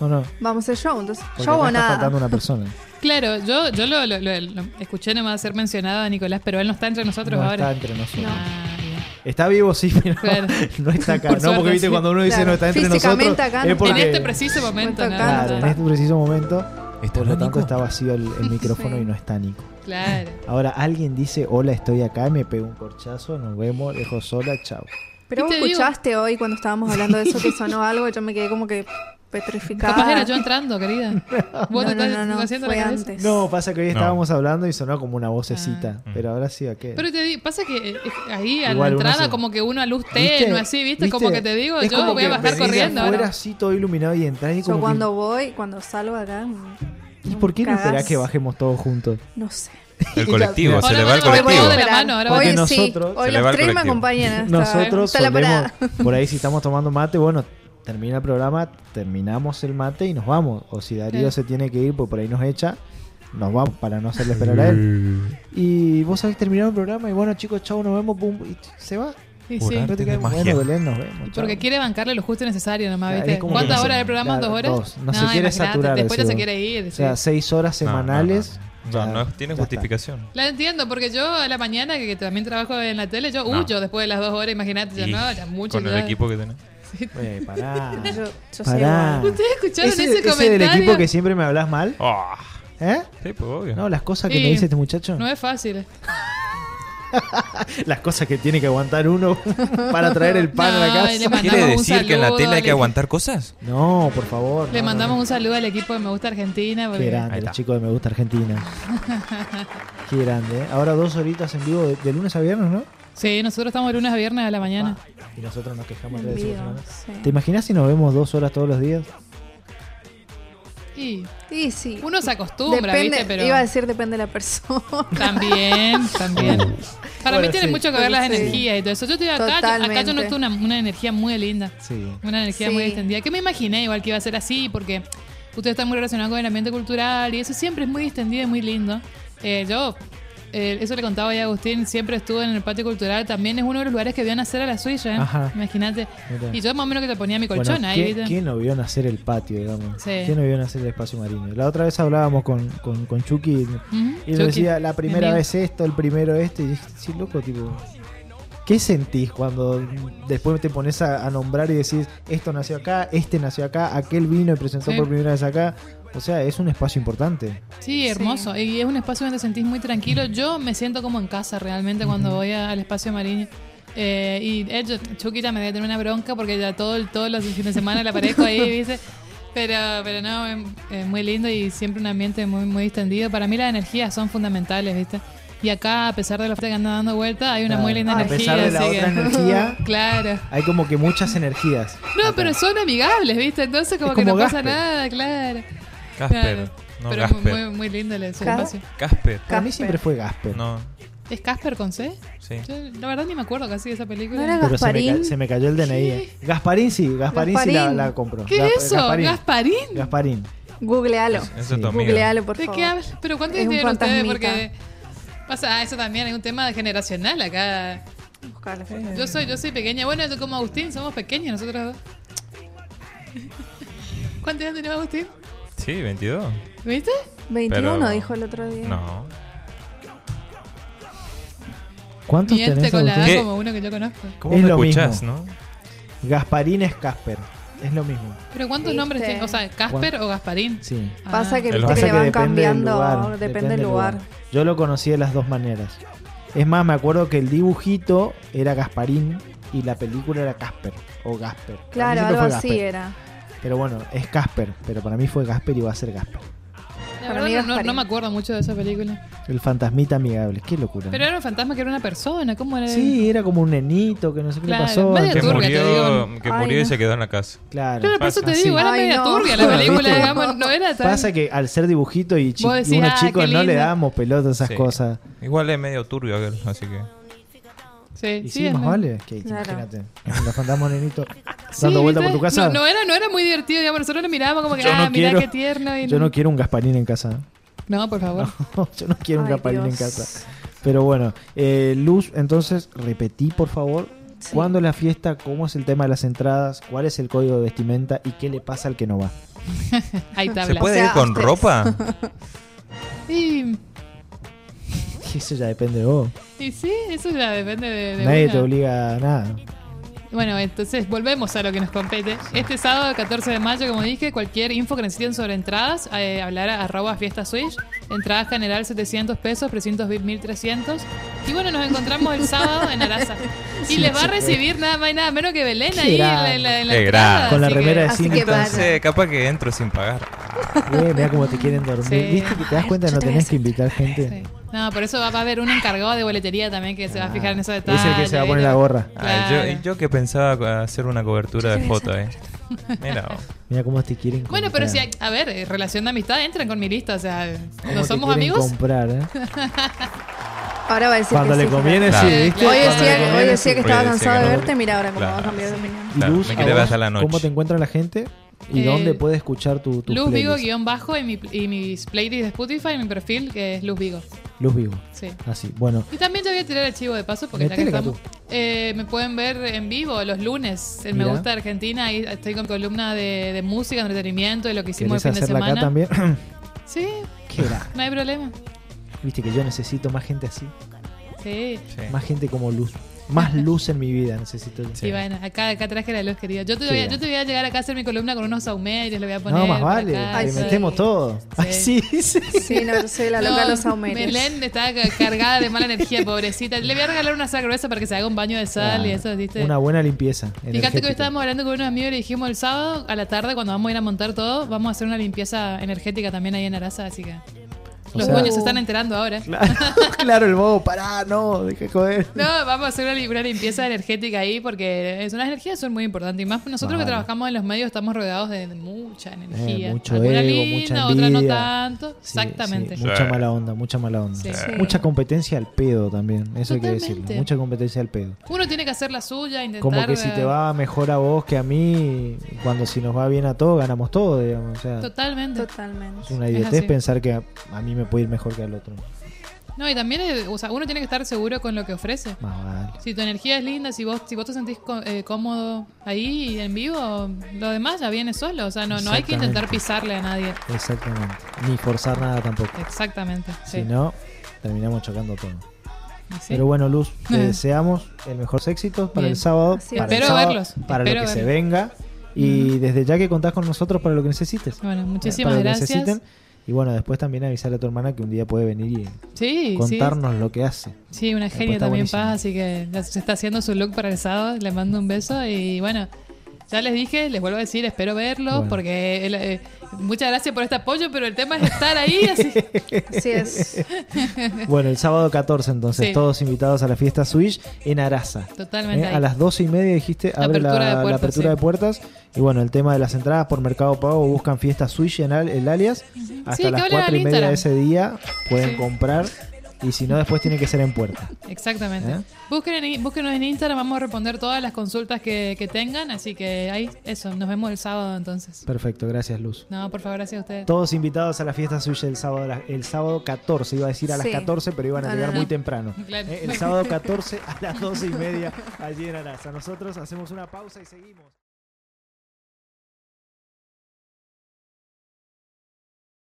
S1: ¿O no?
S3: Vamos al show, entonces.
S1: Porque
S3: show
S1: acá
S3: o
S1: está
S3: nada.
S1: faltando una
S2: *laughs*
S1: persona.
S2: Claro, yo, yo lo, lo- lo- lo escuché nomás ser mencionado a Nicolás, pero él no está entre nosotros
S1: no está
S2: ahora.
S1: entre nosotros.
S2: Ah, bien.
S1: Está vivo, sí, pero *laughs*
S2: Claro.
S1: no está acá.
S2: Por
S1: no,
S2: suerte,
S1: porque viste,
S2: sí.
S1: cuando uno dice
S3: Claro,
S1: no está entre
S3: físicamente
S1: nosotros.
S3: acá
S1: es
S3: no.
S1: porque,
S2: En este preciso momento,
S3: Cuento
S2: nada.
S1: Claro,
S2: Claro,
S1: en este preciso momento.
S4: Este Está
S1: Por lo
S4: Nico.
S1: tanto, está *laughs* vacío el,
S2: *laughs*
S1: el micrófono
S3: Sí.
S1: y no está Nico.
S2: claro.
S1: Ahora, alguien dice: Hola, estoy acá, me pego un corchazo, nos vemos, dejo sola, chao.
S2: Y
S3: Pero vos
S2: te digo-
S3: escuchaste hoy cuando estábamos hablando de eso que sonó algo, yo me quedé como que petrificada.
S2: Capaz era yo
S1: *laughs*
S2: entrando, querida. Vos
S3: no,
S2: te
S3: no,
S2: estás
S3: no, no,
S2: haciendo
S3: fue
S2: la cabeza.
S3: antes.
S1: No, pasa que hoy
S4: No.
S1: estábamos hablando y sonó como una vocecita.
S4: Ah.
S1: Pero ahora sí, ¿a qué?
S2: Pero te di- pasa que eh, ahí a
S1: Igual
S2: la
S1: uno
S2: entrada
S1: se-
S2: como que uno a luz
S1: ¿Viste?
S2: tenue así, ¿viste? Como que te digo,
S1: Es
S2: yo
S1: como
S2: voy a
S1: que
S2: bajar
S1: venís de
S2: corriendo
S1: afuera
S2: ahora.
S1: así todo iluminado y entrar y como
S3: Yo
S1: que,
S3: cuando voy, cuando salgo acá. mm,
S1: ¿Y por qué no esperás que bajemos todos juntos?
S3: No sé.
S4: El colectivo, se
S2: Ahora
S4: le va el
S2: vamos a
S4: colectivo.
S2: de la mano, ahora
S3: hoy
S1: vamos.
S3: sí,
S1: Porque nosotros-
S3: hoy
S4: Se le
S3: los
S4: va el
S3: tres me
S4: colectivo.
S3: acompañan hasta,
S1: Nosotros
S3: hasta la
S1: solemos,
S3: *laughs* parada.
S1: por ahí si estamos tomando mate, bueno, termina el programa, terminamos el mate y nos vamos. O si Darío
S2: Claro.
S1: se tiene que ir, porque por ahí nos echa, nos vamos para no hacerle esperar a él. Y vos sabés, terminaron el programa y bueno, chicos, chau, nos vemos, pum, y se va.
S2: Sí,
S4: Por
S2: sí.
S4: arte
S1: No te
S4: de
S1: quedas-
S4: magia.
S1: Bueno, Belén, nos vemos. chau.
S2: Porque quiere bancarle lo justo y necesario nomás,
S1: Claro,
S2: ¿viste?
S1: es como que
S2: ¿Cuántas
S1: no se-
S2: horas de programa?
S1: claro,
S2: ¿Dos horas?
S1: dos. No se quiere
S2: imagínate,
S1: saturar
S2: Después ya
S1: ese
S2: se
S1: grupo.
S2: quiere ir.
S1: O sea,
S2: sí.
S1: seis horas
S4: No, no,
S2: *laughs*
S1: semanales.
S4: No, no, no,
S1: ya-
S4: no tiene
S1: ya está.
S4: justificación.
S2: La entiendo, porque yo a la mañana, que también trabajo en la tele, yo
S4: No.
S2: huyo después de las dos horas, imagínate, ya
S4: Y
S2: no, ya mucho.
S4: Con el
S2: ya.
S4: equipo que tenés.
S1: Eh, pará.
S3: Yo, yo soy
S1: Pará.
S3: igual.
S2: ¿Ustedes escucharon
S1: Ese,
S2: ese,
S1: ese
S2: comentario?
S1: del equipo que siempre me hablas mal.
S4: Ah,
S1: ¿Eh?
S4: sí, pues obvio.
S1: No, las cosas que
S2: Sí.
S1: me dice este muchacho.
S2: No es fácil.
S1: Las cosas que tiene que aguantar uno *laughs* para traer el pan a la
S2: No, y le
S1: casa.
S2: mandamos
S4: ¿Quiere
S2: un
S4: decir que en la
S2: saludo
S4: tele hay
S2: al
S4: que
S2: equi-
S4: aguantar cosas?
S1: No, por favor.
S2: Le
S1: no,
S2: mandamos
S1: no.
S2: un saludo al equipo de Me Gusta Argentina.
S1: Qué
S2: porque-
S1: grande,
S4: Ahí
S1: los
S4: está.
S1: chicos de Me Gusta
S2: *laughs*
S1: Argentina. Qué grande. ¿eh? Ahora dos horitas en vivo de, de lunes a viernes, ¿no?
S2: Sí, nosotros estamos de lunes a viernes a la mañana.
S1: Y nosotros nos quejamos de
S3: En
S1: eso.
S3: vivo,
S1: ¿no? ¿Te
S3: sí.
S1: imaginas si nos vemos dos horas todos los días?
S2: Y
S3: Sí, sí.
S2: uno se acostumbra,
S3: Depende-
S2: ¿viste? Pero
S3: Iba a decir depende de la persona. *laughs*
S2: también, también. Para
S1: Bueno,
S2: mí tiene
S1: sí.
S2: mucho que ver las
S3: Sí.
S2: energías y todo eso. Yo estoy acá, yo- acá yo
S3: Totalmente.
S2: noto una, una energía muy linda.
S1: Sí.
S2: Una energía
S3: Sí.
S2: muy extendida. Que me imaginé igual que iba a ser así, porque ustedes están muy relacionados con el ambiente cultural y eso siempre es muy extendido y muy lindo. Eh, yo, eh, eso le contaba ya a Agustín, siempre estuve en el patio cultural. También es uno de los lugares que vio nacer a la suya, ¿eh?
S1: Ajá.
S2: Imagínate.
S1: Mira.
S2: Y yo más o menos que te ponía mi
S1: Bueno,
S2: colchón ahí,
S1: ¿quién,
S2: ¿viste?
S1: quién no vio nacer el patio, digamos?
S2: Sí.
S1: ¿Quién no vio nacer el espacio marino? La otra vez hablábamos con, con, con Chucky y
S2: Ujú.
S1: y él
S2: Chucky,
S1: decía, la
S2: mi
S1: primera
S2: amigo.
S1: vez esto, el primero esto. Y dije, sí, loco, tipo... ¿Qué sentís cuando después te pones a, a nombrar y decís, esto nació acá, este nació acá, aquel vino y presentó
S2: Sí.
S1: por primera vez acá? O sea, es un espacio importante.
S2: Sí, hermoso. Y es un espacio donde te sentís muy tranquilo. Yo me siento como en casa realmente cuando voy a- al espacio marino. Eh, y eh, yo- Chucky ya me debe tener una bronca porque ya todo, el- todos los fines de semana le aparezco
S1: *laughs*
S2: ahí, ¿viste? Pero, pero no, es, es muy lindo y siempre un ambiente muy, muy distendido. Para mí las energías son fundamentales, ¿viste? Y acá, a pesar de la oferta que anda dando vuelta, hay una muy linda
S1: a
S2: energía.
S1: pesar de la
S2: así
S1: otra
S2: que-
S1: energía,
S2: *laughs* Claro.
S1: hay como que muchas energías.
S2: No, pero son amigables, ¿viste? Entonces como
S1: Es
S2: que no
S1: como
S2: pasa
S1: Gasper.
S2: nada, claro.
S4: Casper.
S2: Claro.
S4: No,
S2: pero es
S4: Gasper.
S2: muy, muy lindo el ese
S3: Ca-
S2: espacio.
S4: Casper.
S1: Para mí
S3: Casper.
S1: siempre fue Gasper.
S4: No,
S2: ¿Es Casper con C?
S4: sí.
S2: Yo, la verdad ni me acuerdo casi de esa película.
S3: No era
S1: Pero se me, ca-
S3: Gasparín.
S1: se me cayó el DNI. eh. Gasparín sí, Gasparín, sí la,
S3: Gasparín.
S1: la compró.
S2: ¿Qué
S1: Ga-
S2: es eso?
S1: Gasparín.
S2: ¿Gasparín?
S1: Gasparín.
S3: Googlealo.
S4: Eso es
S1: Sí.
S4: tu amiga.
S3: Googlealo, por
S2: ¿De
S3: favor.
S2: qué hablas? ¿Pero cuántos
S3: Es
S2: años
S3: un
S2: tienen ustedes? Porque
S3: fantasmita.
S2: pasa, ah, eso también es un tema generacional acá.
S3: Buscá la foto.
S2: Yo soy, yo soy pequeña. Bueno, yo como Agustín somos pequeños nosotros dos. *laughs* ¿Cuántos años tenemos Agustín?
S4: Sí, 22.
S2: ¿Viste?
S3: 21
S4: Pero-
S3: dijo el otro día.
S4: No.
S1: ¿Cuántos
S2: Miente
S1: tenés?
S2: este con la
S1: Agustín?
S2: edad
S4: ¿Qué?
S2: como uno que yo conozco.
S4: ¿Cómo
S1: Es
S4: me
S1: lo
S4: escuchás, no?
S1: Gasparín es Casper. Es lo mismo.
S2: ¿Pero cuántos
S3: ¿Viste?
S2: nombres tiene? O sea, ¿Casper o Gasparín?
S1: Sí.
S2: Ah.
S3: Pasa que,
S4: El
S3: viste que
S4: otro.
S1: Pasa
S3: le
S1: que depende
S3: van
S1: del
S3: cambiando,
S1: lugar,
S3: depende del lugar.
S1: Yo lo conocí de las dos maneras. Es más, me acuerdo que el dibujito era Gasparín y la película era Casper o Gasper. Para mí
S3: Claro,
S1: siempre
S3: algo
S1: fue
S3: así
S1: Gasper.
S3: era.
S1: Pero bueno, es Casper, pero para mí fue Gasper y va a ser Gasper.
S2: La
S3: Para
S2: verdad
S3: mí
S2: no- no,
S3: Gasparín.
S2: no me acuerdo mucho de esa película.
S1: El fantasmita amigable, qué locura.
S2: Pero eh, era un fantasma que era una persona. ¿Cómo era?
S1: Sí, era como un nenito que no sé qué
S2: Claro,
S1: le pasó.
S2: medio
S4: Que
S1: entonces-
S2: turca, te
S4: murió,
S2: digo.
S4: que
S3: Ay,
S4: murió y
S3: no.
S4: se quedó en la casa.
S1: Claro.
S2: Claro, por eso te
S1: Así.
S2: digo, era
S3: Ay,
S2: media
S3: no.
S2: turbia la
S1: Bueno, *laughs*
S2: película,
S1: ¿viste?
S2: digamos, no era tan...
S1: Pasa que al ser dibujito y, chi-
S2: eh, Vos decís,
S1: y unos
S2: ah,
S1: chicos
S2: qué
S1: no le
S2: lindo.
S1: damos pelota a esas
S4: Sí.
S1: cosas.
S4: Igual es medio turbio aquel, así que.
S2: Sí,
S1: Y
S2: sí,
S1: sí,
S2: es
S1: más
S2: medio-
S1: vale. Que,
S3: Claro.
S1: Imagínate, los fantasmas nenitos
S2: Sí,
S1: dando vuelta por
S2: ¿viste?
S1: tu casa.
S2: No, no era, no era muy divertido, digamos, nosotros lo mirábamos como que,
S1: Yo no
S2: ah, mirá
S1: quiero-
S2: qué tierno. y
S1: Yo no quiero un Gasparín en casa. ¿eh?
S2: No, por favor.
S1: *laughs* Yo no quiero un
S3: Ay,
S1: Gasparín en
S3: Dios.
S1: casa. Pero bueno, eh, Luz, entonces repetí por favor.
S3: Sí.
S1: ¿Cuándo es la fiesta? ¿Cómo es el tema de las entradas? ¿Cuál es el código de vestimenta? ¿Y qué le pasa al que no va? *laughs*
S2: Hay tablas.
S4: ¿Se puede
S3: O sea, *laughs*
S4: ir con
S3: ustedes-
S4: ropa?
S2: Y,
S1: Eso ya depende de vos.
S2: y sí, eso ya depende de... de
S1: Nadie
S2: una.
S1: te obliga a nada.
S2: Bueno, entonces volvemos a lo que nos compete. Este sábado, 14 de mayo, como dije, cualquier info que necesiten sobre entradas, eh, hablar a arroba fiesta switch. Entrada general 700 pesos, precintos VIP 1300. Y bueno, nos encontramos el sábado en Araza. Y les va a recibir nada más y nada menos que Belén
S1: Qué
S2: ahí en la,
S1: grande.
S2: en la- en la
S4: Qué
S2: entrada.
S4: grande.
S1: Con la
S2: así que-
S1: remera de
S3: así
S1: cine.
S3: que va-
S4: Entonces, capaz que entro sin pagar.
S1: Eh, mira cómo te quieren dormir.
S2: Sí.
S1: ¿Viste que te das cuenta? No tenés que invitar gente.
S2: Sí. No, por eso va va a haber un encargado de boletería también que se va a fijar en esos
S1: Ah,
S2: detalles.
S1: Es el que se va a poner la
S2: ¿viste?
S1: gorra.
S4: Ah, yo,
S2: Claro.
S4: y yo que pensaba hacer una cobertura de foto, eh. Mira, vos.
S1: Mira cómo te quieren
S2: Bueno, pero si, hay- a ver, eh, *laughs* relación de amistad, entran con mi lista, o sea, no somos amigos.
S1: comprar, ¿eh?
S3: Ahora va a decir
S1: Cuando
S3: que
S1: le
S3: sí,
S1: conviene,
S4: Claro.
S1: sí, ¿viste?
S3: Hoy
S1: Cuando le
S3: decía, hoy
S1: conviene,
S3: decía
S1: sí.
S3: que estaba
S4: Hoy decía
S3: cansado de
S4: que no.
S3: verte, mira ahora cómo
S4: Claro.
S3: va a cambiar de opinión.
S1: Y
S4: Claro,
S1: Luz,
S4: me
S1: a
S4: quité
S1: vos,
S4: hasta la noche.
S1: ¿Cómo te encuentra la gente? ¿Y
S2: Eh,
S1: dónde puede escuchar tu, tus
S2: Luz Vigo
S1: playlists?
S2: guión bajo y, mi, y mis playlists de Spotify y mi perfil que es Luz Vigo.
S1: Luz Vigo.
S2: Sí.
S1: Así, bueno.
S2: Y también te voy a tirar el chivo de paso porque
S1: Metele,
S2: ya que estamos.
S1: Catu.
S2: Eh, me pueden ver en vivo los lunes en Me
S1: Mirá.
S2: Gusta Argentina. Ahí estoy con columna de, de música, entretenimiento, de lo que hicimos
S1: ¿Querés
S2: el fin de
S1: hacerla acá
S2: semana.
S1: también? *laughs*
S2: Sí,
S1: ¿Qué era?
S2: no hay problema.
S1: Viste que yo necesito más gente así.
S2: Sí.
S4: Sí.
S1: Más gente como Luz.
S2: *laughs*
S1: Más luz en mi vida necesito. yo.
S2: Y bueno, acá, acá traje la luz, querida. Yo te, voy a,
S1: Sí.
S2: yo te voy a llegar acá a hacer mi columna con unos saumeres, lo voy a poner.
S1: No, más
S2: por
S1: vale.
S2: acá,
S1: Le
S3: sí.
S1: metemos todo. Ay, sí, *laughs* sí.
S3: Sí, no, yo soy la loca de los saumeres.
S2: *laughs* Belén está ca- cargada de mala energía, pobrecita. Le voy a regalar una sal gruesa para que se haga un baño de sal y
S1: Ah,
S2: eso, ¿viste?
S1: Una buena limpieza.
S2: Fíjate que
S1: energética.
S2: hoy estábamos hablando con unos amigos y le dijimos el sábado a la tarde, cuando vamos a ir a montar todo, vamos a hacer una limpieza energética también ahí en Arasa, así que.
S1: O
S2: Los
S1: sea-
S2: dueños se están enterando ahora.
S1: Claro, *laughs* claro, el bobo, pará, no, deja de joder.
S2: No, vamos a hacer una, li- una limpieza energética ahí porque es, las energías son muy importantes. Y más nosotros
S1: Vale. Eh,
S2: que trabajamos en los medios estamos rodeados de mucha energía.
S1: mucho
S2: Alguna
S1: ego,
S2: linda,
S1: mucha
S2: otra no
S1: envidia.
S2: tanto.
S1: Sí,
S2: Exactamente.
S1: sí, mucha
S4: Sí.
S1: mala onda, mucha mala onda.
S2: Sí.
S3: Sí.
S1: Mucha competencia al pedo también, eso hay que
S2: Totalmente.
S1: decirlo. Mucha competencia al pedo.
S2: Uno tiene que hacer la suya, intentar.
S1: Como que si te va mejor a vos que a mí, cuando si nos va bien a todos, ganamos todos, digamos. O sea,
S2: Totalmente.
S1: es
S3: Totalmente.
S1: una
S2: es
S1: idiotez
S2: así.
S1: pensar que a, a mí me puede ir mejor que al otro.
S2: No, y también eh, o sea, uno tiene que estar seguro con lo que ofrece.
S1: Más vale.
S2: Si tu energía es linda, si vos, si vos te sentís co- eh, cómodo ahí en vivo, lo demás ya viene solo. O sea, no, no hay que intentar
S1: Exactamente.
S2: pisarle a nadie.
S1: Exactamente. Ni forzar nada tampoco.
S2: Exactamente. Sí.
S1: Si no, terminamos chocando todo.
S2: Así.
S1: Pero bueno,
S2: *laughs*
S1: Luz, te
S2: Ajá.
S1: deseamos el mejor éxito para
S2: Bien.
S1: el sábado.
S3: Así es.
S1: para el
S2: Espero
S1: sábado,
S2: verlos,
S1: Para lo que
S2: espero
S1: se
S2: verlos.
S1: venga. Y desde ya que contás con nosotros para lo que necesites.
S2: Bueno,
S1: Para
S2: muchísimas
S1: lo que
S2: gracias.
S1: necesiten. Y bueno, después también avisar a tu hermana que un día puede venir y
S2: Sí, sí.
S1: contarnos lo que hace.
S2: Sí, una
S1: Después
S2: genia
S1: está
S2: también,
S1: buenísimo.
S2: Paz. Así que ya se está haciendo su look para el sábado. Le mando un beso. Y bueno, ya les dije, les vuelvo a decir, espero verlos.
S1: Bueno.
S2: Porque el- eh, muchas gracias por este apoyo, pero el tema es estar ahí.
S1: *laughs*
S2: Así.
S3: Así es.
S1: Bueno, el sábado 14 entonces,
S2: Sí.
S1: todos invitados a la fiesta Switch en Arasa.
S2: Totalmente.
S1: Eh,
S2: ahí.
S1: A las 12 y media dijiste, abre la la
S2: Apertura de
S1: apertura,
S2: puertas,
S1: de
S2: sí.
S1: puertas. Y bueno, el tema de las entradas por Mercado Pago, buscan fiesta Switch en al- el alias. Hasta
S2: Sí, que
S1: las
S2: hablen
S1: 4 y
S2: al
S1: media de
S2: Instagram.
S1: ese día pueden
S2: Sí.
S1: comprar. Y si no, después tiene que ser en puerta.
S2: Exactamente.
S1: ¿Eh?
S2: Busquen en- búsquenos en Instagram, vamos a responder todas las consultas que, que tengan. Así que ahí, eso, nos vemos el sábado entonces.
S1: Perfecto, gracias Luz.
S2: No, por favor, gracias a ustedes.
S1: Todos invitados a la fiesta suya el sábado, a la- el sábado 14, iba a decir a las
S3: Sí.
S1: 14, pero iban a
S3: No,
S1: llegar
S3: no, no.
S1: muy temprano.
S2: *laughs* Claro.
S1: Eh, El sábado 14 a las 12 y media allí en Arasa. Nosotros hacemos una pausa y seguimos.